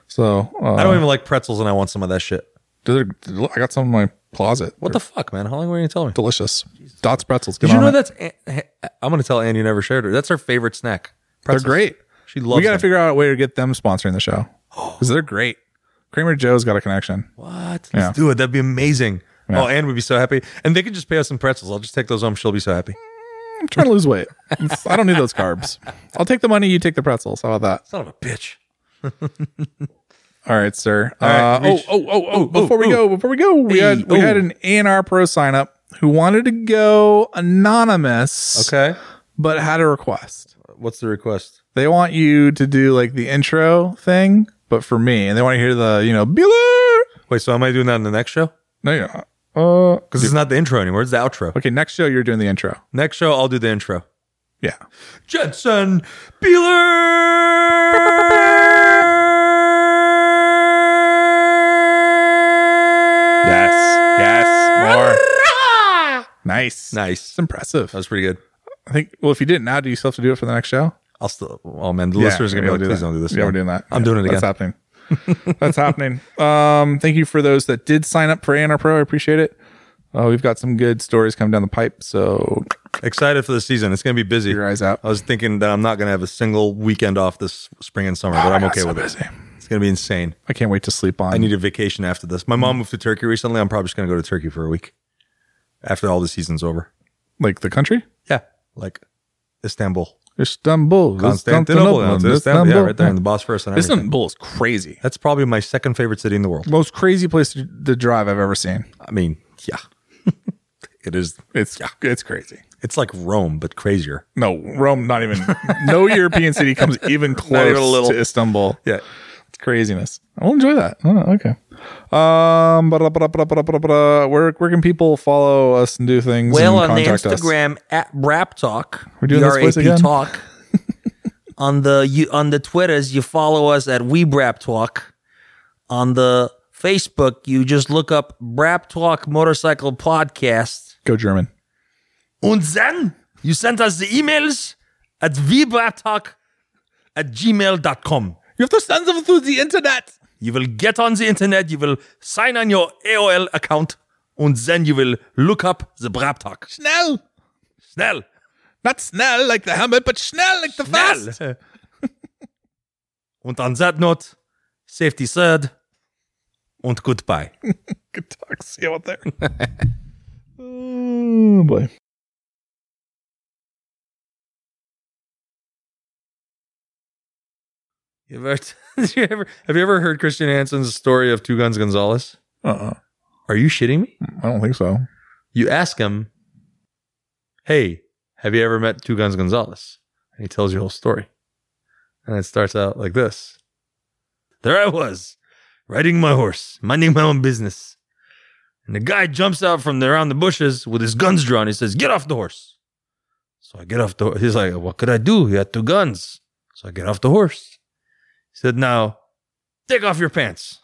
A: So uh,
B: I don't even like pretzels, and I want some of that shit.
A: Dude, look, I got some in my closet.
B: What the fuck, man? How long were you gonna tell me?
A: delicious Dots pretzels? Get
B: Did you
A: on
B: know
A: it.
B: that's? I'm gonna tell Annie you never shared her. That's her favorite snack.
A: they're
B: Pretzels.
A: great?
B: She
A: We
B: loves.
A: got to
B: them.
A: figure out a way to get them sponsoring the show because they're great. Kramer Joe's got a connection.
B: What?
A: Yeah.
B: Let's do it. That'd be amazing.
A: Yeah.
B: Oh, Anne would be so happy. And they could just pay us some pretzels. I'll just take those home. She'll be so happy.
A: I'm trying to lose weight. It's- I don't need those carbs. I'll take the money. You take the pretzels. How about
B: Son of a bitch.
A: that? All right, sir.
B: right,
A: uh,
B: reach-
A: oh, oh, oh, oh! Before we
B: ooh.
A: go, before we go, we
B: Hey,
A: had we
B: ooh.
A: had an A and R pro sign up who wanted to go anonymous,
B: Okay.
A: but had a request.
B: What's the request?
A: they want you to do like the intro thing, but for me, and they want to hear the you know Bueller.
B: Wait, so am I doing that in the next show?
A: No, you're not. Uh,
B: Because it's not the intro anymore. It's the outro.
A: okay, next show you're doing the intro.
B: Next show, I'll do the intro.
A: Yeah,
B: Jensen Beeler.
A: Yes, yes, nice,
B: Nice.
A: It's impressive.
B: That was pretty good.
A: I think. Well, if you didn't now, do you still have to do it for the next show?
B: I'll still. Oh man, the
A: Yeah,
B: listeners are gonna be
A: yeah,
B: like,
A: we'll
B: please
A: that.
B: don't do this.
A: Yeah,
B: again."
A: we're doing that.
B: I'm
A: Yeah,
B: doing it again.
A: That's happening. that's happening. Um, thank you for those that did sign up for ANR Pro. I appreciate it. Uh, we've got some good stories coming down the pipe, so
B: Excited for the season. It's gonna be busy.
A: keep your eyes out.
B: I was thinking that I'm not going to have a single weekend off this spring and summer, but I'm okay with it. It's going to be insane.
A: I can't wait to sleep on.
B: I need a vacation after this. My mom moved to Turkey recently. I'm probably just going to go to Turkey for a week after all the season's over.
A: Like the country?
B: Yeah, like Istanbul,
A: Istanbul.
B: Constantinople, and Istanbul, yeah, right there in the Bosphorus. And everything.
A: Istanbul is crazy.
B: That's probably my second favorite city in the world.
A: Most crazy place to, to drive I've ever seen.
B: I mean, yeah, it is.
A: It's it's crazy.
B: It's like Rome, but crazier.
A: No, Rome, not even. no European city comes even close
B: even a little.
A: to Istanbul.
B: Yeah,
A: It's craziness. I'll enjoy that. Oh, okay. Um, ba-da, ba-da, ba-da, ba-da, ba-da, ba-da. where where can people follow us and do things?
C: Well,
A: and
C: on the
A: contact us?
C: Instagram at Brap Talk,
A: We're doing this place
C: BRAP
A: again?
C: Talk. on the you on the Twitters, you follow us at We Brap Talk. On the Facebook, you just look up Brap Talk Motorcycle Podcast.
A: Go German.
C: And then you send us the emails at webraptalk at gmail.com.
A: You have to send them through the internet.
C: You will get on the internet, you will sign on your AOL account, and then you will look up the Brap Talk.
A: Schnell.
C: Snell!
A: Not Snell like the helmet, but Schnell like the fast.
C: Snell! and on that note, safety third, and goodbye.
A: Good talk. See you out there. oh, boy.
B: You ever, did you ever- have you ever heard Christian Hansen's story of Two Guns Gonzalez?
A: Uh-uh.
B: Are you shitting me?
A: I don't think so.
B: You ask him, "Hey, have you ever met Two Guns Gonzalez?" And he tells you the whole story, and it starts out like this:
C: There I was, riding my horse, minding my own business. And the guy jumps out from the- around the bushes with his guns drawn. He says, Get off the horse. So I get off the horse. He's like, What could I do? He had two guns. So I get off the horse. He said, Now, take off your pants.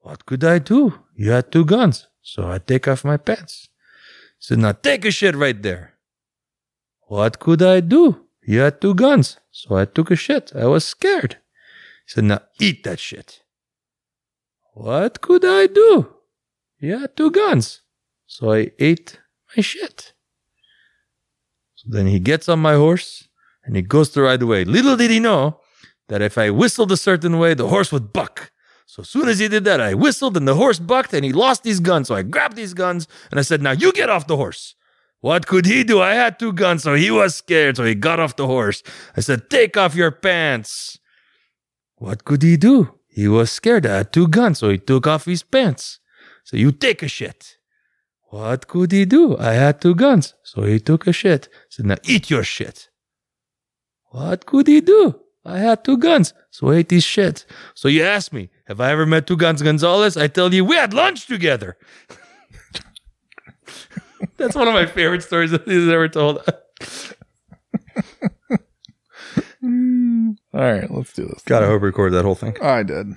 C: What could I do? You had two guns. So I take off my pants. He said, Now take a shit right there. What could I do? You had two guns. So I took a shit. I was scared. He said, now eat that shit. What could I do? You had two guns. So I ate my shit. So then he gets on my horse and he goes to ride away. Little did he know that if I whistled a certain way, the horse would buck. So as soon as he did that, I whistled and the horse bucked and he lost his guns. So I grabbed his guns and I said, now you get off the horse. What could he do? I had two guns, so he was scared, so he got off the horse. I said, take off your pants. What could he do? He was scared. I had two guns, so he took off his pants. So you take a shit. What could he do? I had two guns, so he took a shit. So now eat your shit. What could he do? I had two guns, so ate his shit. So you ask me, have I ever met two guns Gonzalez? I tell you, we had lunch together. That's one of my favorite stories that he's ever told.
A: All right, let's do this.
B: Gotta hope record that whole thing.
A: I did.